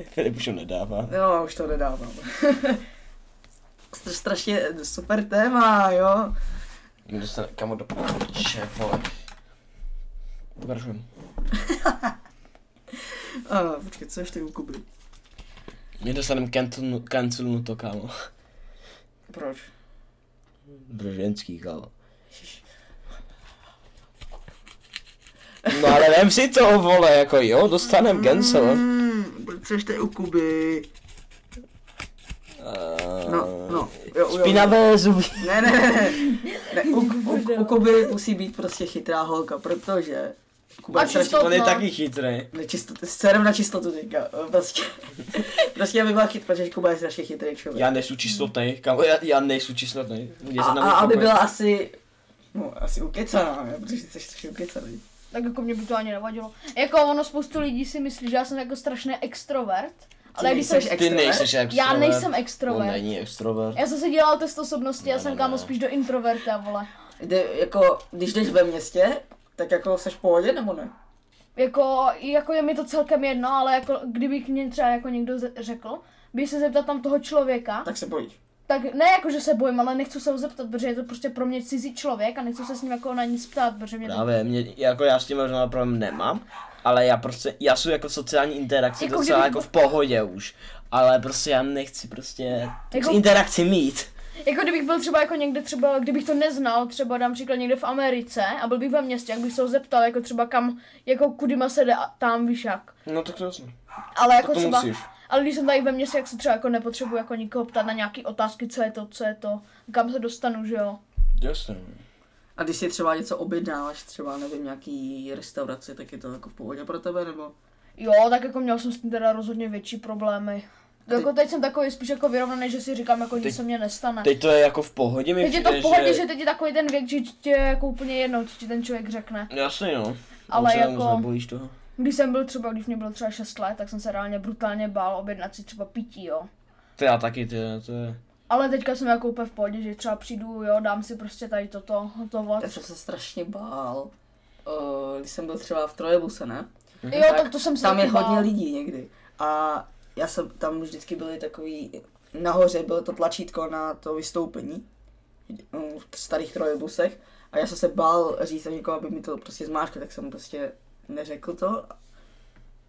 [SPEAKER 2] Filip už ho nedává.
[SPEAKER 1] No, už to nedávám. Str- strašně super téma, jo.
[SPEAKER 2] Kdo dostane, kamo do prdele, vole. Pokračujem.
[SPEAKER 1] A, počkej, co ještě u Kuby?
[SPEAKER 2] My dostaneme cancel, cancelnu to, kámo.
[SPEAKER 1] Proč?
[SPEAKER 2] Pro ženský, kámo. No ale vem si to, vole, jako jo, dostanem cancel.
[SPEAKER 1] Mm, co ještě u Kuby? No, no, jo, jo.
[SPEAKER 2] Špinavé zuby.
[SPEAKER 1] Ne, ne, ne. ne u, u, u Kuby musí být prostě chytrá holka, protože... Kuba
[SPEAKER 3] A
[SPEAKER 1] je strašně-
[SPEAKER 3] čistotná.
[SPEAKER 2] On je taky chytrý.
[SPEAKER 1] Nečistoty, serem na čistotu teďka, prostě, prostě aby byla chyt, protože Kuba je strašně chytrý člověk.
[SPEAKER 2] Já nejsem čistotný, kámo, já, já nejsem čistotný. Mě
[SPEAKER 1] a,
[SPEAKER 2] se na mě
[SPEAKER 1] a aby
[SPEAKER 2] pakuje.
[SPEAKER 1] byla asi, no asi ukecaná, ne? protože jsi strašně ukecaný.
[SPEAKER 3] Tak jako mě by to ani nevadilo. Jako ono spoustu lidí si myslí, že já jsem jako strašný extrovert, ale když jsem...
[SPEAKER 1] nejseš
[SPEAKER 2] Ty
[SPEAKER 1] extrovert?
[SPEAKER 2] nejseš extrovert.
[SPEAKER 3] Já nejsem
[SPEAKER 2] On
[SPEAKER 3] extrovert.
[SPEAKER 2] není extrovert.
[SPEAKER 3] Já jsem si dělal test osobnosti, já
[SPEAKER 1] No,
[SPEAKER 2] Ne,
[SPEAKER 3] jsem
[SPEAKER 2] ne,
[SPEAKER 3] kámo
[SPEAKER 2] ne.
[SPEAKER 3] spíš do introverta, vole.
[SPEAKER 1] Jde, jako, když jdeš ve městě, tak jako seš v pohodě nebo ne?
[SPEAKER 3] Jako, jako je mi to celkem jedno, ale jako kdybych mě třeba jako někdo ze- řekl, bych se zeptat tam toho člověka,
[SPEAKER 1] Tak se bojíš.
[SPEAKER 3] tak ne jako, že se bojím, ale nechci se ho zeptat, protože je to prostě pro mě cizí člověk a nechci se s ním jako na nic ptát, protože mě to...
[SPEAKER 2] Právě, mě, jako já s tím možná problém nemám, ale já prostě, já jsem jako v sociální interakci
[SPEAKER 3] Jako
[SPEAKER 2] jako docela
[SPEAKER 3] kdyby-
[SPEAKER 2] jako v pohodě už, ale prostě já nechci prostě
[SPEAKER 3] Jako-
[SPEAKER 2] jako... interakci mít.
[SPEAKER 3] Jako kdybych byl třeba jako někde třeba, kdybych to neznal, třeba dám příklad někde v Americe a byl bych ve městě, jak bych se ho zeptal, jako třeba kam, jako kudy ma se jde a tam víš jak.
[SPEAKER 2] No tak to jasně.
[SPEAKER 3] Ale jako
[SPEAKER 2] to
[SPEAKER 3] třeba,
[SPEAKER 2] musíš.
[SPEAKER 3] ale když jsem tady ve městě, jak se třeba jako nepotřebuji jako nikoho ptát na nějaký otázky, co je to, co je to, kam se dostanu, že jo.
[SPEAKER 2] Jasně.
[SPEAKER 1] A když si třeba něco objednáš, třeba nevím, nějaký restauraci, tak je to jako v pohodě pro tebe, nebo?
[SPEAKER 3] Jo, tak jako měl jsem s tím teda rozhodně větší problémy.
[SPEAKER 1] Ty-
[SPEAKER 3] Jako teď jsem takový spíš jako vyrovnaný, že si říkám, jako nic
[SPEAKER 2] Teď-
[SPEAKER 3] se mně nestane.
[SPEAKER 2] Teď to je jako v pohodě mi
[SPEAKER 3] Teď je to v
[SPEAKER 2] přijde,
[SPEAKER 3] pohodě, že teď je takový ten věk, že ti je jako úplně jedno, co ti ten člověk řekne.
[SPEAKER 2] Jasně no.
[SPEAKER 3] Ale
[SPEAKER 2] Už se tam moc
[SPEAKER 3] jako-
[SPEAKER 2] Nebojíš toho.
[SPEAKER 3] Když jsem byl třeba, když mě bylo třeba 6 let, tak jsem se reálně brutálně bál objednat si třeba pití, jo.
[SPEAKER 2] To já taky, ty, to je.
[SPEAKER 3] Ale teďka jsem jako úplně v pohodě, že třeba přijdu, jo, dám si prostě tady toto, hotovo.
[SPEAKER 1] Já jsem se strašně bál, eh, když jsem byl třeba v trolejbuse, ne?
[SPEAKER 3] Jo, tak to jsem se
[SPEAKER 1] Tam je
[SPEAKER 3] taky bál.
[SPEAKER 1] hodně lidí někdy. A já jsem, tam vždycky byly takový, nahoře bylo to tlačítko na to vystoupení mm, v starých trolejbusech. A já jsem se bál říct na někoho, aby mi to prostě zmáčkl, tak jsem prostě neřekl to.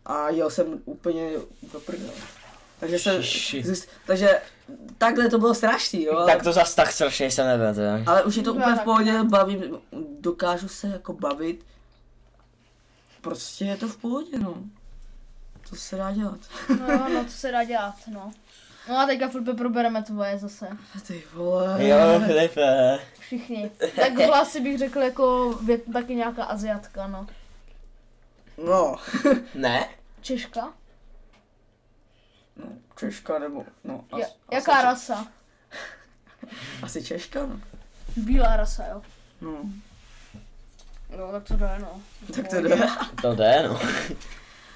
[SPEAKER 1] A jel jsem úplně do prdele. Takže, se,
[SPEAKER 2] Šiši.
[SPEAKER 1] zůst, takže takhle to bylo strašný, jo. ale-
[SPEAKER 2] Tak to zas tak strašně jsem nebyl, teda.
[SPEAKER 1] ale už je to
[SPEAKER 3] No,
[SPEAKER 1] úplně v
[SPEAKER 3] tak.
[SPEAKER 1] pohodě, bavím, dokážu se jako bavit. Prostě je to v pohodě, no. To se dá dělat.
[SPEAKER 3] No jo, no, co se dá dělat, no. No a teďka Filipe probereme tvoje zase.
[SPEAKER 1] Ty vole.
[SPEAKER 2] Jo, Filipe.
[SPEAKER 3] Všichni. Tak vlasy bych řekl jako vět, taky nějaká aziatka, no.
[SPEAKER 1] No.
[SPEAKER 2] Ne?
[SPEAKER 3] Češka?
[SPEAKER 1] no. Češka nebo, no.
[SPEAKER 3] Ja,
[SPEAKER 1] Asi,
[SPEAKER 3] jaká
[SPEAKER 1] asi,
[SPEAKER 3] rasa?
[SPEAKER 1] Asi Češka, no.
[SPEAKER 3] Bílá rasa, jo.
[SPEAKER 1] no.
[SPEAKER 3] No, tak to jde, no.
[SPEAKER 1] Tak to jde.
[SPEAKER 2] To jde, no.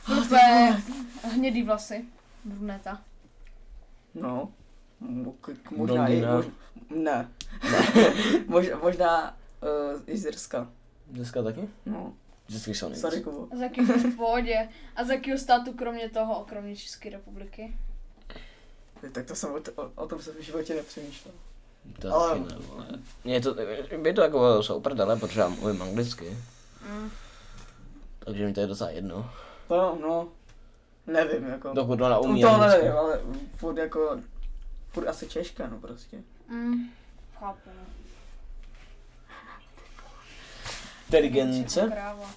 [SPEAKER 3] Filipe, hnědý vlasy. Bruneta.
[SPEAKER 1] No. Mo- k- Možná i,
[SPEAKER 2] Blondýna.
[SPEAKER 1] mož, ne. Mož, možná uh, i z Jirska.
[SPEAKER 2] Dneska taky?
[SPEAKER 1] No,
[SPEAKER 2] Vždycky jsou nejvíc.
[SPEAKER 1] sorry Kubo.
[SPEAKER 3] A z jakého v pohodě? A z jakého státu kromě toho, kromě České republiky?
[SPEAKER 1] Ty, Tak to jsem o, t- o, o tom jsem v životě nepřemýšlel.
[SPEAKER 2] To
[SPEAKER 1] Ale-
[SPEAKER 2] taky ne, vole. Je to, je to jako super, ale protože já mluvím anglicky.
[SPEAKER 3] Mm.
[SPEAKER 2] Takže mi to je docela jedno.
[SPEAKER 1] No, no. Nevím, jako.
[SPEAKER 2] Dokud ona umí
[SPEAKER 1] to
[SPEAKER 2] anglicky.
[SPEAKER 1] nevím, ale furt jako, furt asi Češka, no prostě.
[SPEAKER 3] Mm. Chápu, no.
[SPEAKER 2] Inteligence.
[SPEAKER 3] Kráva.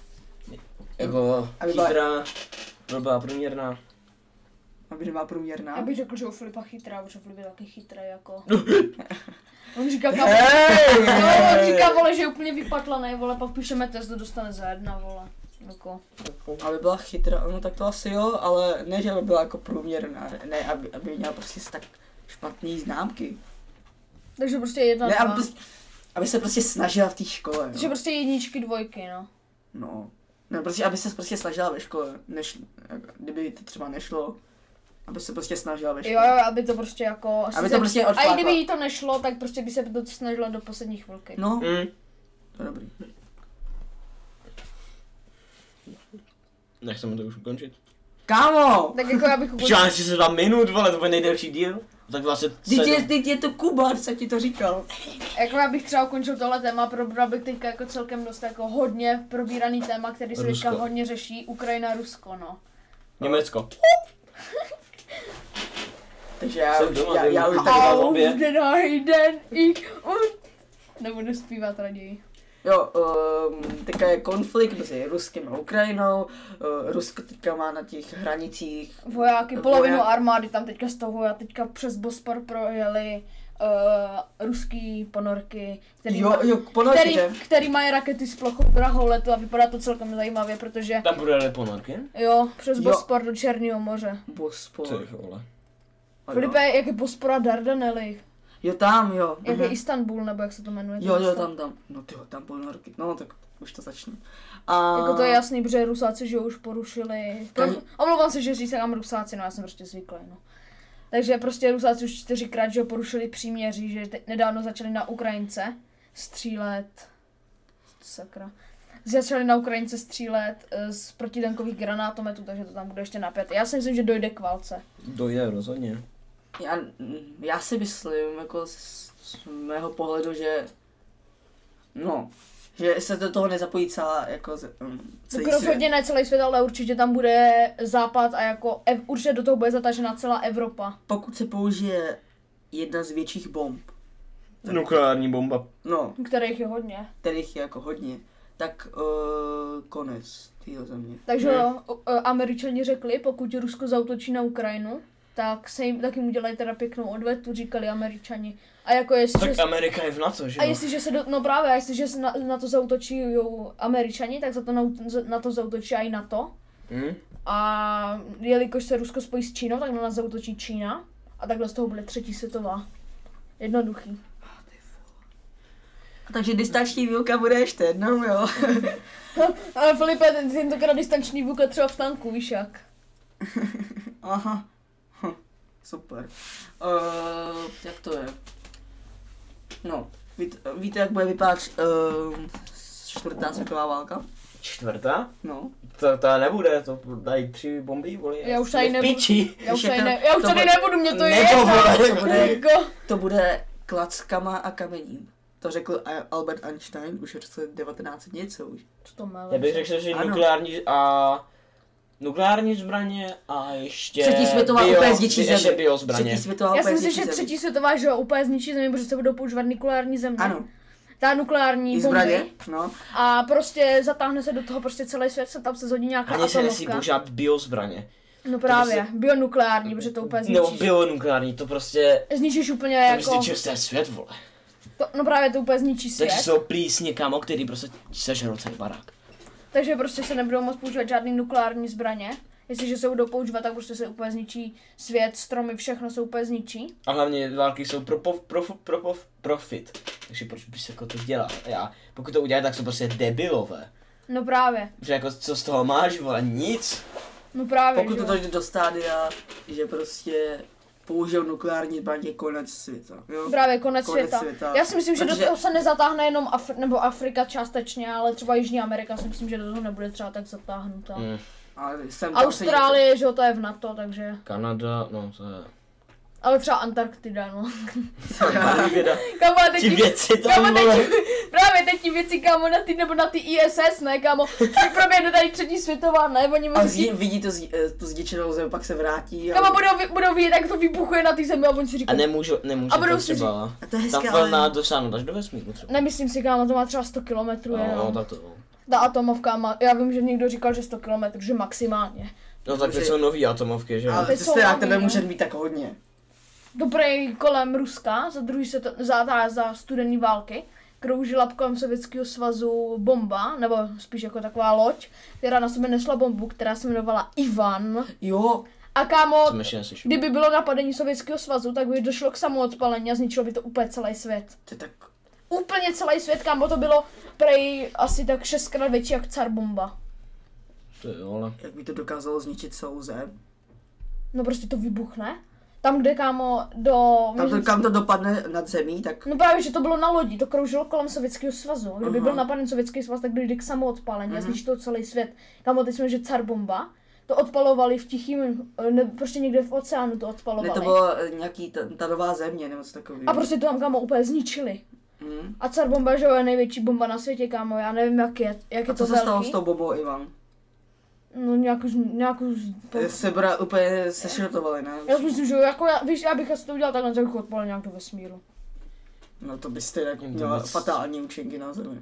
[SPEAKER 2] Jako
[SPEAKER 1] Aby byla-
[SPEAKER 2] chytrá, blbá, průměrná.
[SPEAKER 1] Aby byla průměrná.
[SPEAKER 3] Já bych řekl, že u Filipa chytrá, protože Filip je taky chytrý jako... On říká, kámo,
[SPEAKER 2] Hej!
[SPEAKER 3] No, on říká, vole, že je úplně vypatlaný, vole, pak píšeme test, to dostane za jedna, vole. Jako.
[SPEAKER 1] Aby byla chytrá, no tak to asi jo, ale ne, že aby byla jako průměrná, ne, aby, aby měla prostě tak špatný známky.
[SPEAKER 3] Takže prostě jedna,
[SPEAKER 1] Ne,
[SPEAKER 3] dva.
[SPEAKER 1] aby, prostě, aby se prostě snažila v té škole,
[SPEAKER 3] Takže
[SPEAKER 1] jo.
[SPEAKER 3] prostě jedničky, dvojky, no.
[SPEAKER 1] No. Ne, prostě, aby se prostě snažila ve škole, než, jako, kdyby to třeba nešlo, aby se prostě snažila ve
[SPEAKER 3] Jo,
[SPEAKER 1] škole.
[SPEAKER 3] jo, aby to prostě jako...
[SPEAKER 1] Aby
[SPEAKER 3] sice-
[SPEAKER 1] to prostě
[SPEAKER 3] A i
[SPEAKER 1] odflákla.
[SPEAKER 3] kdyby jí to nešlo, tak prostě by se to snažila do poslední chvilky.
[SPEAKER 1] No,
[SPEAKER 2] Mm.
[SPEAKER 1] to je dobrý.
[SPEAKER 2] Nechceme to už ukončit.
[SPEAKER 1] Kámo!
[SPEAKER 3] Tak jako já bych ukončil.
[SPEAKER 2] Části se dá minut, vole, to bude nejdelší díl. Tak vlastně
[SPEAKER 1] Teď je,
[SPEAKER 2] sedm.
[SPEAKER 1] teď je to Kubar, co ti to říkal.
[SPEAKER 3] Jako já bych třeba ukončil tohle téma, probral bych teďka jako celkem dost jako hodně probíraný téma, který se teďka
[SPEAKER 2] Rusko.
[SPEAKER 3] hodně řeší, Ukrajina, Rusko, no.
[SPEAKER 2] Německo.
[SPEAKER 1] Takže já,
[SPEAKER 2] Jsem
[SPEAKER 1] už,
[SPEAKER 2] doma,
[SPEAKER 1] já, já
[SPEAKER 2] nevím.
[SPEAKER 1] už tak
[SPEAKER 2] Au.
[SPEAKER 1] dávám.
[SPEAKER 3] Auf
[SPEAKER 2] obě.
[SPEAKER 3] den Heiden, ich und... Nebudu zpívat raději.
[SPEAKER 1] Jo, um, teďka je konflikt mezi Ruskem a Ukrajinou. Uh, Rusko teďka má na těch hranicích.
[SPEAKER 3] Vojáky, polovinu
[SPEAKER 1] Voják-
[SPEAKER 3] armády tam teďka stahuje a teďka přes Bospor projeli uh, ruský ponorky, který,
[SPEAKER 1] Jo, no, jo,
[SPEAKER 3] který,
[SPEAKER 1] ponorky.
[SPEAKER 3] který mají rakety s plochou draholetu a vypadá to celkem zajímavě, protože
[SPEAKER 2] Tam projeli ponorky.
[SPEAKER 3] jo, přes
[SPEAKER 1] Jo.
[SPEAKER 3] Bospor do Černého moře.
[SPEAKER 1] Bospor.
[SPEAKER 2] vole.
[SPEAKER 1] Ano.
[SPEAKER 3] Filipe, jak je Bospor a Dardanely,
[SPEAKER 1] Jo, tam, jo.
[SPEAKER 3] jak je
[SPEAKER 1] mhm.
[SPEAKER 3] Istanbul, nebo jak se to jmenuje. to
[SPEAKER 1] Jo, jo,
[SPEAKER 3] město.
[SPEAKER 1] tam, tam. No ty jo, tam ponorky. No, tak už to začne. A...
[SPEAKER 3] Jako to je jasný, protože Rusáci, že jo, už porušili. Pro...
[SPEAKER 1] Tam-
[SPEAKER 3] Omlouvám se, že říkám Rusáci, no já jsem prostě zvyklý, no. Takže prostě Rusáci už čtyřikrát, že jo, porušili příměří, že te- nedávno začali na Ukrajince střílet. Sakra. Začali na Ukrajince střílet eh, z protitankových granátometů, takže to tam bude ještě napět. Já si myslím, že dojde k válce.
[SPEAKER 2] Dojde rozhodně.
[SPEAKER 1] Já, já si myslím, jako z, z mého pohledu, že... No, že se do toho nezapojí celá, jako... z- mm, celý
[SPEAKER 3] Tak rozhodně
[SPEAKER 1] svět.
[SPEAKER 3] ne celý svět, ale určitě tam bude západ a jako ev- určitě do toho bude zatažena celá Evropa.
[SPEAKER 1] Pokud se použije jedna z větších bomb,
[SPEAKER 2] Nukleární bomba.
[SPEAKER 1] no,
[SPEAKER 3] Kterých je hodně.
[SPEAKER 1] kterých je jako hodně, tak uh, konec téhle země.
[SPEAKER 3] Takže
[SPEAKER 1] Hmm.
[SPEAKER 3] o- o- američani řekli, pokud Rusko zautočí na Ukrajinu, tak se jim, tak jim udělají teda pěknou odvetu, říkali američani. A jako jestliže...
[SPEAKER 2] Tak Amerika je v NATO, že
[SPEAKER 3] a
[SPEAKER 2] jo?
[SPEAKER 3] jestliže se, do, no právě, a jestliže se na, na to zautočí jo, američani, tak za to na, na to zautočí i NATO.
[SPEAKER 2] Hm?
[SPEAKER 3] A jelikož se Rusko spojí s Čínou, tak na nás zautočí Čína. A takhle z toho bude třetí světová. Jednoduchý.
[SPEAKER 1] Takže distanční výuka bude ještě jednou, jo.
[SPEAKER 3] Ale Filipe, ten- tentokrát distanční výuka třeba v tanku, víš jak.
[SPEAKER 1] Aha. Hm. Super. Uh, jak to je? No, ví, víte, jak bude vypadat uh, čtvrtá světová válka?
[SPEAKER 2] Čtvrtá?
[SPEAKER 1] No.
[SPEAKER 2] To, to nebude, to dají tři bomby, vole.
[SPEAKER 3] Já už tady
[SPEAKER 2] v
[SPEAKER 3] nebudu.
[SPEAKER 2] Piči.
[SPEAKER 3] Já už
[SPEAKER 1] Ještě
[SPEAKER 3] tady,
[SPEAKER 1] to-
[SPEAKER 3] ne, já už
[SPEAKER 1] to
[SPEAKER 3] tady
[SPEAKER 1] bude-
[SPEAKER 3] nebudu, mě to je.
[SPEAKER 2] Ne, to vole, to bude-
[SPEAKER 3] Jako,
[SPEAKER 1] To bude klackama a kamením. To řekl A- Albert Einstein už v roce 19 něco už.
[SPEAKER 3] co to má?
[SPEAKER 2] Já bych řekl, že
[SPEAKER 1] Ano.
[SPEAKER 2] nukleární a nukleární zbraně a ještě
[SPEAKER 1] Třetí světová
[SPEAKER 2] bio,
[SPEAKER 1] úplně zničí
[SPEAKER 2] ještě
[SPEAKER 1] zemi.
[SPEAKER 2] bio zbraně.
[SPEAKER 1] Třetí světová
[SPEAKER 3] Já si
[SPEAKER 1] úplně
[SPEAKER 3] myslím,
[SPEAKER 1] zničí
[SPEAKER 3] že
[SPEAKER 1] zemi.
[SPEAKER 3] třetí světová, že jo, úplně zničí země, protože se budou používat nukleární země.
[SPEAKER 1] Ano,
[SPEAKER 3] Ta nukleární
[SPEAKER 1] i
[SPEAKER 3] bomby.
[SPEAKER 1] zbraně, no.
[SPEAKER 3] A prostě zatáhne se do toho prostě celý svět, se tam se zhodí nějaká
[SPEAKER 2] Ani se nesmí
[SPEAKER 3] atomovka.
[SPEAKER 2] používat bio zbraně.
[SPEAKER 3] No právě,
[SPEAKER 2] se-
[SPEAKER 3] bionukleární, protože to úplně
[SPEAKER 2] Nebo
[SPEAKER 3] zničíš.
[SPEAKER 2] bionukleární, to prostě...
[SPEAKER 3] Zničíš úplně
[SPEAKER 2] no, To
[SPEAKER 3] jako,
[SPEAKER 2] prostě čistý svět, vole.
[SPEAKER 3] to, no právě to úplně zničí svět,
[SPEAKER 2] Takže
[SPEAKER 3] takže,
[SPEAKER 2] jsou plísně, kámo, který prostě sežerou celý barák.
[SPEAKER 3] prostě se nebudou moc používat žádný nukleární zbraně. Jestliže se budou používat, tak prostě se úplně zničí svět, stromy, všechno se úplně zničí.
[SPEAKER 2] A hlavně války jsou pro, pov, pro, pro, pro, profit. Takže proč bys jako to dělal? Já, pokud to udělají, tak jsou prostě debilové.
[SPEAKER 3] No právě,
[SPEAKER 2] Že jako co z toho máš, vole, nic.
[SPEAKER 3] no právě,
[SPEAKER 1] Pokud
[SPEAKER 3] že
[SPEAKER 1] to
[SPEAKER 3] jo.
[SPEAKER 1] dojde do stádia, že prostě použil nukleární zbraně je konec světa, jo?
[SPEAKER 3] Právě konec,
[SPEAKER 1] Konec
[SPEAKER 3] světa.
[SPEAKER 1] světa.
[SPEAKER 3] Já si myslím, že
[SPEAKER 1] Protože-
[SPEAKER 3] do toho se nezatáhne jenom Afri- nebo Afrika částečně, ale třeba Jižní Amerika si myslím, že do toho nebude třeba tak zatáhnutá.
[SPEAKER 2] Mm.
[SPEAKER 1] Ale jsem tam se někde-
[SPEAKER 3] Austrálie, že jo, to je v NATO, takže...
[SPEAKER 2] Kanada, no to je...
[SPEAKER 3] Ale třeba Antarktida, no.
[SPEAKER 2] Věda.
[SPEAKER 3] Kámo, a teď
[SPEAKER 2] Ti
[SPEAKER 3] ti-
[SPEAKER 2] věci
[SPEAKER 3] Kámo,
[SPEAKER 2] tam, vole.
[SPEAKER 3] teď, právě teď ti věci, kámo, na ty, nebo na ty ISS, ne, kámo, tak proběhne tady třetí světová, ne, oni
[SPEAKER 1] A
[SPEAKER 3] moc
[SPEAKER 1] vidí,
[SPEAKER 3] si...
[SPEAKER 1] vidí to, zi- eh, tu zničenou zem, pak se vrátí.
[SPEAKER 3] Kámo, budou, vi- budou vidět, jak to vybuchuje na té zemi a oni si
[SPEAKER 2] A
[SPEAKER 3] říkají,
[SPEAKER 2] nemůžu, nemůžu
[SPEAKER 3] A budou
[SPEAKER 2] to
[SPEAKER 3] si
[SPEAKER 2] třeba.
[SPEAKER 1] A to je
[SPEAKER 2] Ta
[SPEAKER 1] hezké,
[SPEAKER 2] vlna
[SPEAKER 1] ale...
[SPEAKER 2] dosáhnout no, až do vesmíru třeba.
[SPEAKER 3] nemyslím si, kámo, to má třeba 100 kilometrů
[SPEAKER 2] No, no,
[SPEAKER 3] jenom.
[SPEAKER 2] tak to jo.
[SPEAKER 3] Ta atomovka má, já vím, že někdo říkal, že 100 kilometrů, že maximálně.
[SPEAKER 2] No tak teď
[SPEAKER 1] Že-
[SPEAKER 2] jsou nový atomovky, že jo?
[SPEAKER 1] Ale
[SPEAKER 3] Ty
[SPEAKER 1] ty
[SPEAKER 3] jsou
[SPEAKER 1] jste na
[SPEAKER 3] hlavní,
[SPEAKER 1] tebe
[SPEAKER 3] no.
[SPEAKER 1] může mít tak hodně.
[SPEAKER 3] Dobrý kolem Ruska, za druhý se to, za, za, za studený války, kroužila kolem Sovětského svazu bomba, nebo spíš jako taková loď, která na sebe nesla bombu, která se jmenovala Ivan.
[SPEAKER 1] Jo,
[SPEAKER 3] A kámo,
[SPEAKER 2] Jsem ještě neslyšel.
[SPEAKER 3] Kdyby bylo napadení Sovětského svazu, tak by došlo k samoodpalení a zničilo by to úplně celý svět.
[SPEAKER 1] to je tak...
[SPEAKER 3] Úplně celý svět, kámo, to bylo prej asi tak šestkrát větší jak car bomba.
[SPEAKER 2] To jo, ale...
[SPEAKER 1] Jak by to dokázalo zničit celou zem?
[SPEAKER 3] No prostě to vybuchne. Tam, kde kámo, do...
[SPEAKER 1] Tam to, kam to dopadne nad zemí, tak...
[SPEAKER 3] No právě, že to bylo na lodi, to kroužilo kolem Sovětského svazu. Kdyby
[SPEAKER 1] Aha. Mhm.
[SPEAKER 3] byl napaden Sovětský svaz, tak dojde k samoodpalení a zničí to celý svět. Kámo, teď jsme, že car bomba, to odpalovali v tichým, eh, ne, prostě někde v oceánu to
[SPEAKER 1] Ne,
[SPEAKER 3] odpalovali.
[SPEAKER 1] to bylo eh, nějaký, ta, ta nová země, nebo co takový.
[SPEAKER 3] no, A prostě to tam, kámo, úplně zničili.
[SPEAKER 1] Mm.
[SPEAKER 3] A car bomba, že jo, je největší bomba na světě, kámo, já nevím, jak je, jak
[SPEAKER 1] A
[SPEAKER 3] je
[SPEAKER 1] co
[SPEAKER 3] to
[SPEAKER 1] se stalo
[SPEAKER 3] velký.
[SPEAKER 1] s tou bobou, Ivan?
[SPEAKER 3] No nějakou, z- nějakou, z- to-
[SPEAKER 1] Eh, Sebra úplně sešrotovali, ne?
[SPEAKER 3] já si myslím, že jo, jako já, víš, já bych asi to udělal takhle, tak bych odpal nějak do vesmíru.
[SPEAKER 1] No to byste jako
[SPEAKER 2] To
[SPEAKER 1] měla
[SPEAKER 2] bys-
[SPEAKER 1] fatální účinky na zemi.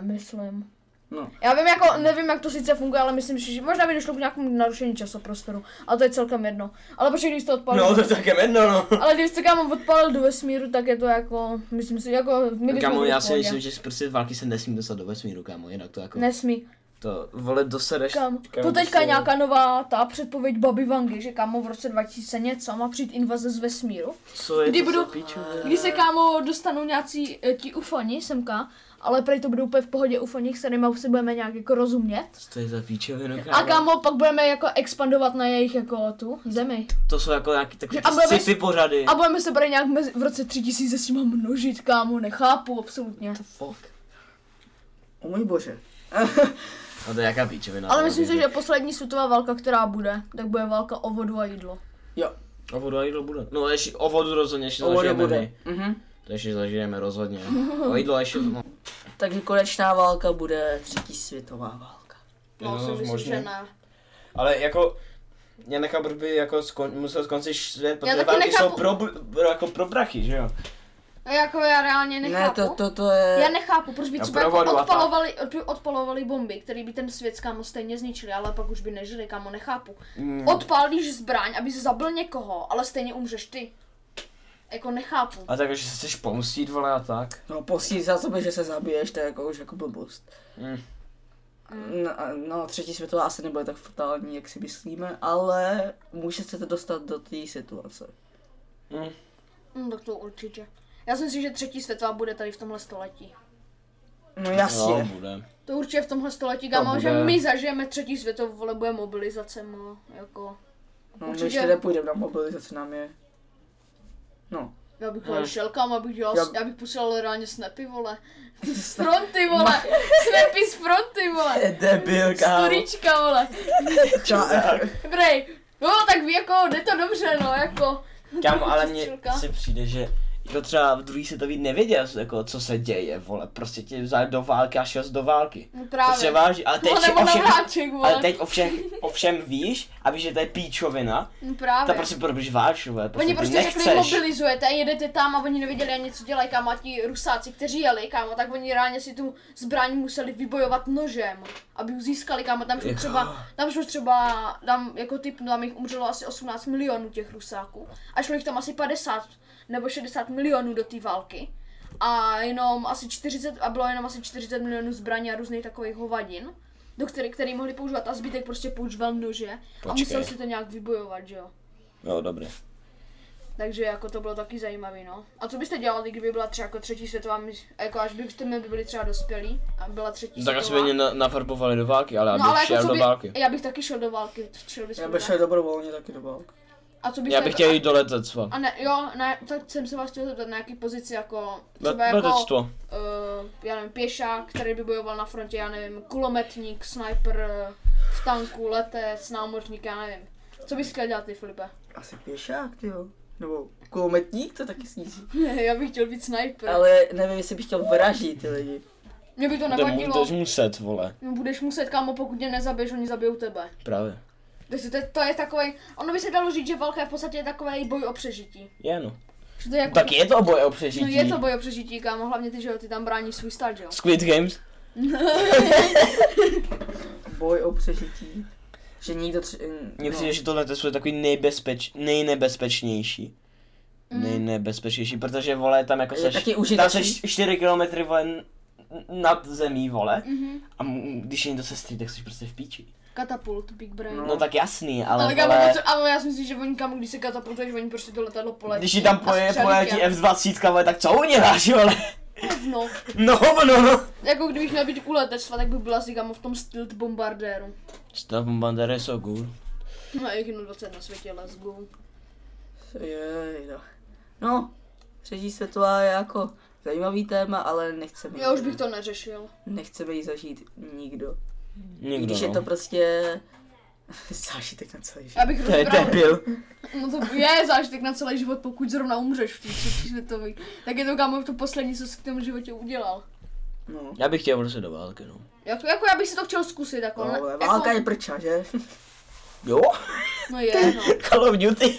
[SPEAKER 3] Nemyslím.
[SPEAKER 1] No.
[SPEAKER 3] Já vím, jako, nevím, jak to sice funguje, ale myslím si, že možná by došlo k nějakému narušení časoprostoru, ale to je celkem jedno. Ale protože když to odpalil,
[SPEAKER 2] No, to je také jedno, no.
[SPEAKER 3] ale když to kámo odpalil do vesmíru, tak je to jako, myslím si, jako, my bychom
[SPEAKER 2] No, Kámo,
[SPEAKER 3] byli
[SPEAKER 2] já
[SPEAKER 3] v
[SPEAKER 2] si
[SPEAKER 3] pohodě.
[SPEAKER 2] myslím, že prostě války se nesmí dostat do vesmíru, kámo, jinak to jako...
[SPEAKER 3] Nesmí,
[SPEAKER 2] To, vole, dosedeš...
[SPEAKER 3] kam.
[SPEAKER 2] kámo,
[SPEAKER 3] To teďka je
[SPEAKER 2] prostě-
[SPEAKER 3] nějaká nová ta předpověď Baby Vangy, že kámo v roce 2000 něco má přijít invaze z vesmíru.
[SPEAKER 2] Co je
[SPEAKER 3] Kdy
[SPEAKER 2] to
[SPEAKER 3] budu-
[SPEAKER 2] za piču,
[SPEAKER 3] Když se kámo dostanou nějací eh, ti ufoni semka, ale prej to budou úplně v pohodě ufoni, s kterýma si budeme nějak jako rozumět.
[SPEAKER 2] Co to je za píčovinu, kámo?
[SPEAKER 3] A kámo, pak budeme jako expandovat na jejich jako tu zemi.
[SPEAKER 2] To jsou jako nějaký takový
[SPEAKER 3] A budeme-
[SPEAKER 2] sci-fi pořady.
[SPEAKER 3] A budeme se prej nějak mezi, v roce 3000 s nima množit, kámo, nechápu absolutně.
[SPEAKER 2] Fuck.
[SPEAKER 1] O můj bože.
[SPEAKER 2] No to je jaká píčovina.
[SPEAKER 3] Ale
[SPEAKER 2] no,
[SPEAKER 3] myslím si,
[SPEAKER 2] takže-
[SPEAKER 3] že poslední světová válka, která bude, tak bude válka o vodu a jídlo.
[SPEAKER 1] Jo,
[SPEAKER 2] O vodu a jídlo bude. No ještě o vodu rozhodně ještě
[SPEAKER 1] o vody
[SPEAKER 2] zažijeme
[SPEAKER 1] bude.
[SPEAKER 2] my.
[SPEAKER 1] Mhm.
[SPEAKER 2] To ještě zažijeme rozhodně. O jídlo ještě... No.
[SPEAKER 1] Takže konečná válka bude třetí světová válka.
[SPEAKER 2] No, si myslím, že ne. Ale jako... Já nechápu, proč by jako skon, musel skončit svět, protože
[SPEAKER 3] taky
[SPEAKER 2] války jsou
[SPEAKER 3] nechápu.
[SPEAKER 2] pro, pro, jako pro prachy, že jo?
[SPEAKER 3] Jako já reálně
[SPEAKER 1] Ne, to, to, to je...
[SPEAKER 3] Já nechápu, proč by
[SPEAKER 2] Já
[SPEAKER 3] třeba jako
[SPEAKER 2] provodu a tak.
[SPEAKER 3] odpalovali, odp- odpalovali bomby, které by ten svět kámo stejně zničili, ale pak už by nežili, kámo, nechápu.
[SPEAKER 2] Mm.
[SPEAKER 3] Odpálíš zbraň, aby se zabil někoho, ale stejně umřeš ty. Jako nechápu.
[SPEAKER 2] A tak, že se chceš pomstit, vole, a tak.
[SPEAKER 1] No posíl za sebe, že se zabiješ, to je jako už jako blbost.
[SPEAKER 2] Mm.
[SPEAKER 3] Mm.
[SPEAKER 1] No, a- no, třetí světová asi nebude tak fatální, jak si myslíme, ale může se to dostat do té situace.
[SPEAKER 2] Mm.
[SPEAKER 3] Hm, tak to určitě. Já si myslím, že třetí světová bude tady v tomhle století.
[SPEAKER 1] No
[SPEAKER 2] No,
[SPEAKER 1] jasně.
[SPEAKER 2] bude.
[SPEAKER 3] To určitě v tomhle století, kámo,
[SPEAKER 2] bude.
[SPEAKER 3] že my zažijeme třetí světovou, vole, bude mobilizace, mo, jako.
[SPEAKER 1] No, my
[SPEAKER 3] Určitě.
[SPEAKER 1] ještě nepůjdeme na mobilizaci, nám je... No.
[SPEAKER 3] Já bych
[SPEAKER 1] Hmm.
[SPEAKER 3] hmm. šel kam, abych dělal,
[SPEAKER 1] Já-
[SPEAKER 3] já... já bych posílal reálně snapy, vole. Z fronty, vole. snapy z fronty, vole.
[SPEAKER 2] Debil,
[SPEAKER 3] Storička, vole.
[SPEAKER 1] Čau.
[SPEAKER 3] Dobrej. No, tak ví, jako, jde to dobře, no, jako.
[SPEAKER 2] Kámo, ale mně
[SPEAKER 3] Čistilka.
[SPEAKER 2] si přijde, že jako třeba v druhý světový nevěděl, jako, co se děje, vole, prostě tě vzali do války a šel jsi do války.
[SPEAKER 3] No
[SPEAKER 2] To se
[SPEAKER 3] právě.
[SPEAKER 2] váží, ale teď,
[SPEAKER 3] No,
[SPEAKER 2] no,
[SPEAKER 3] nebo na
[SPEAKER 2] ovšem,
[SPEAKER 3] vláček, vole.
[SPEAKER 2] ale teď ovšem, ovšem víš a víš, že to je píčovina,
[SPEAKER 3] No
[SPEAKER 2] ta
[SPEAKER 3] právě.
[SPEAKER 2] prostě probíš válč, vole, prostě,
[SPEAKER 3] Oni
[SPEAKER 2] ty
[SPEAKER 3] prostě
[SPEAKER 2] nechceš.
[SPEAKER 3] řekli, mobilizujete, jedete tam a oni nevěděli ani co dělají, kámo, a ti rusáci, kteří jeli, kámo, tak oni reálně si tu zbraň museli vybojovat nožem, aby ji získali, kámo, tam šlo
[SPEAKER 2] Jako.
[SPEAKER 3] třeba, tam šlo třeba, tam jako typ, no, tam jich umřelo asi 18 milionů těch rusáků a šlo jich tam asi 50 nebo 60 milionů do té války a jenom asi 40, a bylo jenom asi 40 milionů zbraní a různých takových hovadin, do který, který mohli používat a zbytek prostě používal nože a
[SPEAKER 2] Počkej.
[SPEAKER 3] musel si to nějak vybojovat, že jo.
[SPEAKER 2] Jo, dobré.
[SPEAKER 3] Takže jako to bylo taky zajímavý, no. A co byste dělali, kdyby byla třeba jako třetí světová, mis- a jako až byste my byli třeba dospělí a byla třetí
[SPEAKER 2] Tak asi by
[SPEAKER 3] světová.
[SPEAKER 2] mě na, nafarpovali do války, ale
[SPEAKER 3] no ale
[SPEAKER 2] abych
[SPEAKER 3] jako
[SPEAKER 2] šel
[SPEAKER 3] co
[SPEAKER 2] do
[SPEAKER 3] by,
[SPEAKER 2] války.
[SPEAKER 3] já bych taky šel do války, šel bys
[SPEAKER 1] Já
[SPEAKER 3] do
[SPEAKER 1] bych šel dobrovolně taky do války.
[SPEAKER 3] A co byste
[SPEAKER 2] Já bych
[SPEAKER 3] jako-
[SPEAKER 2] chtěl jít do letectva.
[SPEAKER 3] A ne, jo, ne, tak jsem se vás chtěl zeptat, na jaký pozici jako, třeba
[SPEAKER 2] Le-
[SPEAKER 3] jako,
[SPEAKER 2] letectvo.
[SPEAKER 3] uh, já nevím, pěšák, který by bojoval na frontě, já nevím, kulometník, sniper, eh, v tanku, letec, námořník, já nevím. Co bys chtěl dělat ty, Filipe?
[SPEAKER 1] Asi pěšák, ty jo. Nebo kulometník, to taky sníží.
[SPEAKER 3] já bych chtěl být sniper. Ale...
[SPEAKER 1] Ale nevím, jestli bych chtěl vraždit ty lidi.
[SPEAKER 3] Mě by to
[SPEAKER 2] To mu-
[SPEAKER 3] nevadilo.
[SPEAKER 2] Budeš muset, vole,
[SPEAKER 3] No, budeš muset, kámo, pokud mě nezabiješ, oni zabijou tebe.
[SPEAKER 2] právě.
[SPEAKER 3] Takže to, to je takový, ono by se dalo říct, že válka je v podstatě takový boj o přežití.
[SPEAKER 2] Je no.
[SPEAKER 3] Že to je jako,
[SPEAKER 2] Tak je to boj o přežití.
[SPEAKER 3] no je to boj o přežití, kámo, hlavně ty, že jo, ty tam brání svůj stát, že jo.
[SPEAKER 2] Squid Games.
[SPEAKER 1] Boj o přežití. Že nikdo no. tři...
[SPEAKER 2] Mně
[SPEAKER 3] No.
[SPEAKER 2] přijde, že tohle je takový nejbezpeč, nejnebezpečnější.
[SPEAKER 3] Mm.
[SPEAKER 2] Nejnebezpečnější, protože vole tam jako
[SPEAKER 1] Je
[SPEAKER 2] seš,
[SPEAKER 1] taky
[SPEAKER 2] tam
[SPEAKER 1] užitečný.
[SPEAKER 2] seš 4 km vole n- nad zemí vole
[SPEAKER 3] Mhm.
[SPEAKER 2] a m- když je někdo se stří, tak jsi prostě v píči.
[SPEAKER 3] Katapult, Big Brain.
[SPEAKER 1] No,
[SPEAKER 2] No tak jasný, ale,
[SPEAKER 3] ale, kámo,
[SPEAKER 2] vole,
[SPEAKER 3] to, co- ale já si myslím, že oni kámo, když se katapultuješ, oni prostě to letadlo poletí.
[SPEAKER 2] když ti tam
[SPEAKER 3] a
[SPEAKER 2] poje,
[SPEAKER 3] střelí
[SPEAKER 2] poletí
[SPEAKER 3] tě.
[SPEAKER 2] F20, vole, tak co uděláš vole?
[SPEAKER 3] No,
[SPEAKER 2] No no.
[SPEAKER 3] jako kdybych měl být u letectva, tak bych byla asi kámo v tom stealth bombardéru.
[SPEAKER 2] Stav bombardéry jsou cool.
[SPEAKER 3] No, je jich jenom 20 na světě, let's go.
[SPEAKER 1] Jej, no. No, třetí světová je jako zajímavý téma, ale nechceme
[SPEAKER 3] Já už bych to neřešil.
[SPEAKER 1] nechceme ji zažít nikdo. I
[SPEAKER 2] Nikdo,
[SPEAKER 1] když
[SPEAKER 2] no.
[SPEAKER 1] je to prostě zážitek na celý život.
[SPEAKER 3] Já bych
[SPEAKER 2] to je
[SPEAKER 3] rozbral-
[SPEAKER 2] debil.
[SPEAKER 3] No to je zážitek na celý život, pokud zrovna umřeš v té třetí světový. Tak je to kámo to poslední, co jsi k tomu životě udělal.
[SPEAKER 1] No.
[SPEAKER 2] Já bych chtěl prostě do války, no.
[SPEAKER 3] Jako, jako já bych si to chtěl zkusit, jako,
[SPEAKER 1] No,
[SPEAKER 3] ne,
[SPEAKER 1] ale
[SPEAKER 3] jako
[SPEAKER 1] válka je prča, že?
[SPEAKER 2] Jo?
[SPEAKER 3] No je, no.
[SPEAKER 2] Call of Duty.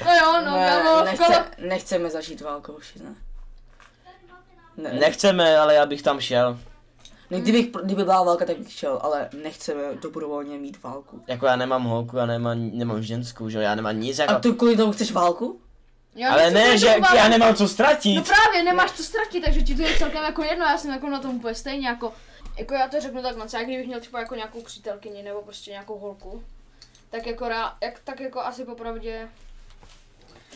[SPEAKER 3] No jo, no, já mám v kole...
[SPEAKER 1] nechce, nechceme zažít válku už, ne? Ne, ne.
[SPEAKER 2] Nechceme, ale já bych tam šel.
[SPEAKER 1] ne kdybych, kdyby byla válka, tak bych šel, ale nechceme dobrovolně mít válku.
[SPEAKER 2] Jako já nemám holku, já nemám, nemám ženskou, že jo, já nemám nic jako...
[SPEAKER 1] A ty kvůli tomu chceš válku?
[SPEAKER 3] Já
[SPEAKER 2] ale
[SPEAKER 3] nechci
[SPEAKER 2] ne,
[SPEAKER 3] být
[SPEAKER 2] že
[SPEAKER 3] taková-
[SPEAKER 2] já nemám co
[SPEAKER 3] No
[SPEAKER 2] ztratit.
[SPEAKER 3] právě, nemáš co ztratit, takže ti to je celkem jako jedno, já jsem jako na tom úplně stejně, jako... Jako já to řeknu tak moc, já kdybych měl třeba jako nějakou přítelkyni nebo prostě nějakou holku, tak jako, rá, jak, tak jako asi popravdě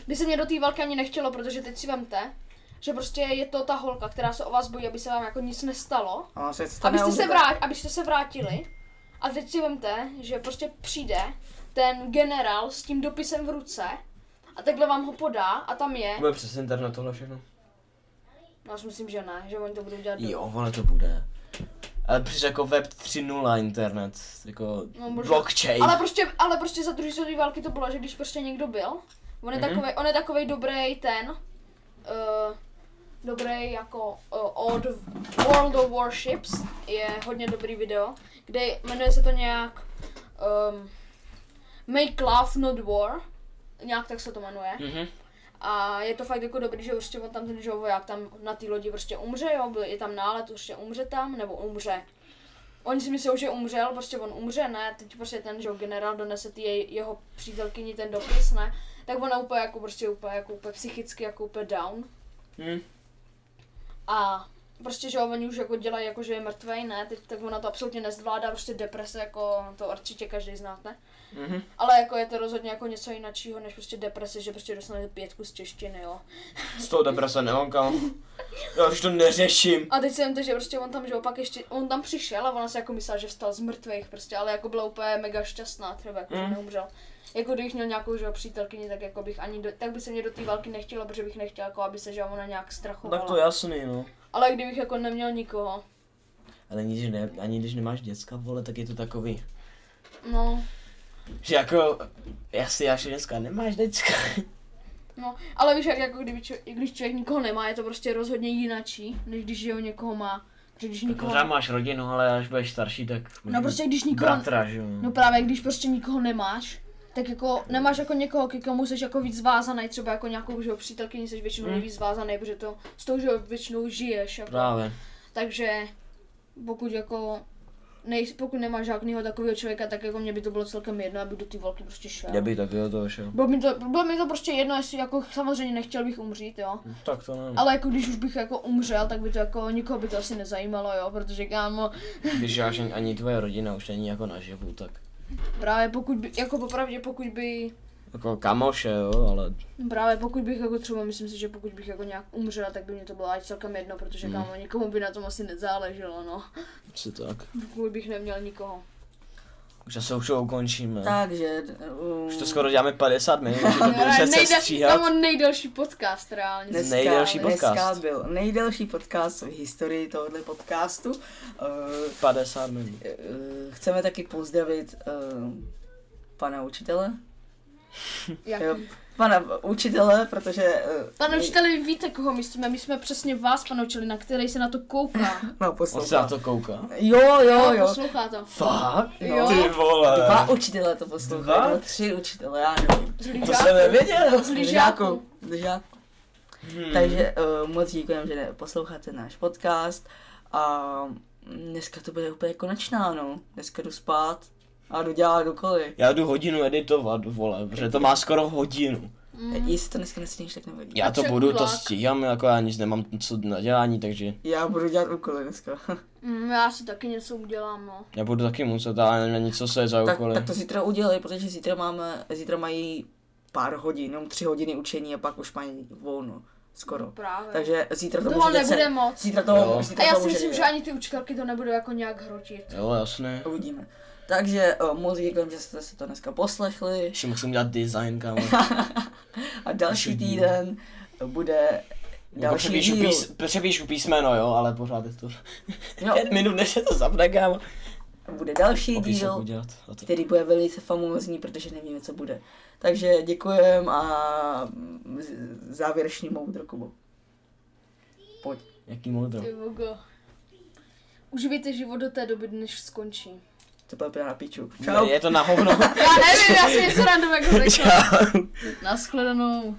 [SPEAKER 3] by se mě do té války ani nechtělo, protože teď si vemte, že prostě je to ta holka, která se o vás bojí, aby se vám jako nic nestalo,
[SPEAKER 1] A ono No, se stane
[SPEAKER 3] abyste se,
[SPEAKER 1] obvykle.
[SPEAKER 3] vrát, abyste se vrátili a teď si vemte, že prostě přijde ten generál s tím dopisem v ruce a takhle vám ho podá a tam je,
[SPEAKER 2] Bude přes internet tohle všechno.
[SPEAKER 3] no já si myslím, že ne, že oni to budou dělat do-
[SPEAKER 2] Jo, vole to bude. Ale přijde jako web 3.0 internet, jako
[SPEAKER 3] No, možná.
[SPEAKER 2] blockchain.
[SPEAKER 3] Ale prostě, ale prostě za druhé světové války to bylo, že když prostě někdo byl, on je
[SPEAKER 2] Mhm.
[SPEAKER 3] takovej, on je takovej dobrý ten, uh, dobrý jako uh, od World of Warships, je hodně dobrý video, kde jmenuje se to nějak um, Make Love Not War, nějak tak se to jmenuje.
[SPEAKER 2] Mhm.
[SPEAKER 3] A je to fakt jako dobrý, že prostě on tam ten že jo, voják tam na té lodi prostě umře, jo, byl- je tam nálet, prostě umře tam, nebo umře. Oni si myslí, že umřel, prostě on umře, ne, teď prostě ten, že jo, generál donese ty jej, jeho přítelkyni ten dopis, ne, tak ona úplně jako prostě úplně, jako úplně psychicky jako úplně down.
[SPEAKER 2] Hm.
[SPEAKER 3] A prostě, že jo, oni už jako dělají, jako že je mrtvej, ne, teď tak ona to absolutně nezvládá, prostě deprese, jako to určitě každý znáte.
[SPEAKER 2] Mhm.
[SPEAKER 3] Ale jako je to rozhodně jako něco jiného, než prostě deprese, že prostě dostanete pětku z češtiny, jo.
[SPEAKER 2] Z toho deprese nemám kam. Já už to neřeším.
[SPEAKER 3] A teď jsem to, že prostě on tam, že opak ještě, on tam přišel a ona se jako myslela, že vstal z mrtvých prostě, ale jako byla úplně mega šťastná, třeba jako, že
[SPEAKER 2] Mm.
[SPEAKER 3] neumřel. Jako kdybych měl nějakou, že jo, přítelkyni, tak jako bych ani, do, tak by se mě do té války nechtěla, protože bych nechtěla, jako aby se, že ona nějak strachovala.
[SPEAKER 2] Tak to jasný, no.
[SPEAKER 3] Ale kdybych jako neměl nikoho,
[SPEAKER 2] Ale ani když, ne, ani když nemáš děcka, vole, tak je to takový.
[SPEAKER 3] no,
[SPEAKER 2] Že jako, jasně, já dneska nemáš děcka.
[SPEAKER 3] no, ale víš, jak jako kdyby čo, i když člověk nikoho nemá, je to prostě rozhodně jinačí, než když že ho někoho má. Protože když nikoho,
[SPEAKER 2] Pořád Jako máš rodinu, ale až budeš starší, tak...
[SPEAKER 3] no prostě když nikoho,
[SPEAKER 2] Bratra, že jo.
[SPEAKER 3] No právě, když prostě nikoho nemáš, tak jako nemáš jako někoho, k komu jsi jako víc vázaný, třeba jako nějakou, že jo, přítelkyni jsi většinou
[SPEAKER 2] Mm.
[SPEAKER 3] nejvíc vázaný, protože to s tou, že jo, většinou žiješ, jako.
[SPEAKER 2] Právě.
[SPEAKER 3] Takže pokud jako nej, pokud nemáš žádného takového člověka, tak jako mě by to bylo celkem jedno, abych do té války prostě šel.
[SPEAKER 2] Já bych taky do toho šel.
[SPEAKER 3] Bylo mi, to, bylo mi to prostě jedno, jestli jako samozřejmě nechtěl bych umřít, jo.
[SPEAKER 2] Tak to ne.
[SPEAKER 3] Ale jako když už bych jako umřel, tak by to jako nikoho by to asi nezajímalo, jo, protože kámo,
[SPEAKER 2] Když až ani, ani tvoje rodina už není jako naživu, tak
[SPEAKER 3] právě pokud by, jako popravdě pokud by
[SPEAKER 2] jako kamoše, jo, ale
[SPEAKER 3] Právě pokud bych jako třeba, myslím si, že pokud bych jako nějak umřela, tak by mě to bylo až celkem jedno, protože hmm. kámo, nikomu by na tom asi nezáleželo, no.
[SPEAKER 2] si tak.
[SPEAKER 3] Pokud bych neměl nikoho.
[SPEAKER 2] Už se už ukončíme.
[SPEAKER 1] Takže... Um,
[SPEAKER 2] Už to skoro děláme 50 minut, že to bude se stříhat.
[SPEAKER 3] kámo, nejdelší podcast reálně.
[SPEAKER 2] Dnes- nejdelší
[SPEAKER 1] Dneska
[SPEAKER 2] podcast.
[SPEAKER 1] byl nejdelší podcast v historii tohohle podcastu. Eh,
[SPEAKER 2] 50 minut.
[SPEAKER 1] eh, chceme taky pozdravit eh, pana učitele.
[SPEAKER 3] Jak?
[SPEAKER 1] Jo, Pana učitele, protože... eh,
[SPEAKER 3] Pane učiteli, vy víte, koho my jsme, my jsme přesně vás, pane učiteli, na který se na to kouká.
[SPEAKER 1] No,
[SPEAKER 2] On se na
[SPEAKER 1] poslouchá.
[SPEAKER 2] to kouká.
[SPEAKER 1] Jo, jo,
[SPEAKER 3] No,
[SPEAKER 1] jo.
[SPEAKER 3] Poslouchá to.
[SPEAKER 2] Fakt?
[SPEAKER 3] Jo.
[SPEAKER 2] Ty vole.
[SPEAKER 1] Dva učitele to
[SPEAKER 2] Dva?
[SPEAKER 1] poslouchají, nebo tři učitele, já nevím. jako-
[SPEAKER 3] Zlý
[SPEAKER 2] To
[SPEAKER 3] žák.
[SPEAKER 2] jsem nevěděl.
[SPEAKER 3] Zlý žáku.
[SPEAKER 1] Žáku. Žáku. Takže uh, moc děkujeme, že ne- posloucháte náš podcast. A dneska to bude úplně konečná, no. Dneska jdu spát a jdu dělat dokoly.
[SPEAKER 2] Já jdu hodinu editovat, vole, protože to má skoro hodinu.
[SPEAKER 3] Mhm.
[SPEAKER 1] Mm. Jestli to dneska nestíhneš, tak nevadí.
[SPEAKER 2] Já to
[SPEAKER 3] Ček
[SPEAKER 2] budu, to
[SPEAKER 3] vlak.
[SPEAKER 2] stíhám, jako já nic nemám co na dělání, takže
[SPEAKER 1] Já budu dělat úkoly dneska.
[SPEAKER 3] Mm, já si taky něco udělám, no.
[SPEAKER 2] já budu taky muset, ale nevím nic, co se je za
[SPEAKER 1] tak,
[SPEAKER 2] úkoly.
[SPEAKER 1] tak to zítra udělej, protože zítra máme, zítra mají pár hodin, jenom tři hodiny učení a pak už mají volno. Skoro.
[SPEAKER 3] Právě.
[SPEAKER 1] Takže zítra to
[SPEAKER 3] Toho
[SPEAKER 1] můžete
[SPEAKER 3] nebude
[SPEAKER 1] se-
[SPEAKER 3] moc.
[SPEAKER 1] Zítra
[SPEAKER 2] Jo.
[SPEAKER 1] to, zítra
[SPEAKER 3] A já
[SPEAKER 1] to
[SPEAKER 3] si
[SPEAKER 1] můžete
[SPEAKER 3] myslím,
[SPEAKER 1] dělat.
[SPEAKER 3] že ani ty učitelky to nebudou jako nějak hrotit.
[SPEAKER 2] Jo, jasné.
[SPEAKER 1] Uvidíme. Takže o, moc děkujeme, že jste se to dneska poslechli
[SPEAKER 2] Ještě musím dělat design, kámo.
[SPEAKER 1] a další
[SPEAKER 2] Další díl.
[SPEAKER 1] týden bude
[SPEAKER 2] Jako
[SPEAKER 1] další
[SPEAKER 2] přepíšu,
[SPEAKER 1] díl.
[SPEAKER 2] pís, přepíšu písmeno, jo, ale pořád je to
[SPEAKER 1] No,
[SPEAKER 2] pět minut, než se to zapne, kámo.
[SPEAKER 1] bude další
[SPEAKER 2] Opisek
[SPEAKER 1] díl,
[SPEAKER 2] udělat. A to.
[SPEAKER 1] který bude velice famózní, protože nevíme, co bude. Takže děkujem a mm, z- závěrečný moudro, Kubo. Pojď.
[SPEAKER 2] Jaký moudro.
[SPEAKER 3] Ty vogo. Uživejte život do té doby, než skončí.
[SPEAKER 1] To bude úplně na piču.
[SPEAKER 2] Ne,
[SPEAKER 1] Čau.
[SPEAKER 2] nou Je to na hovno.
[SPEAKER 3] Já nevím, já si něco random jako řekla.
[SPEAKER 2] Čau.
[SPEAKER 3] Naschledanou.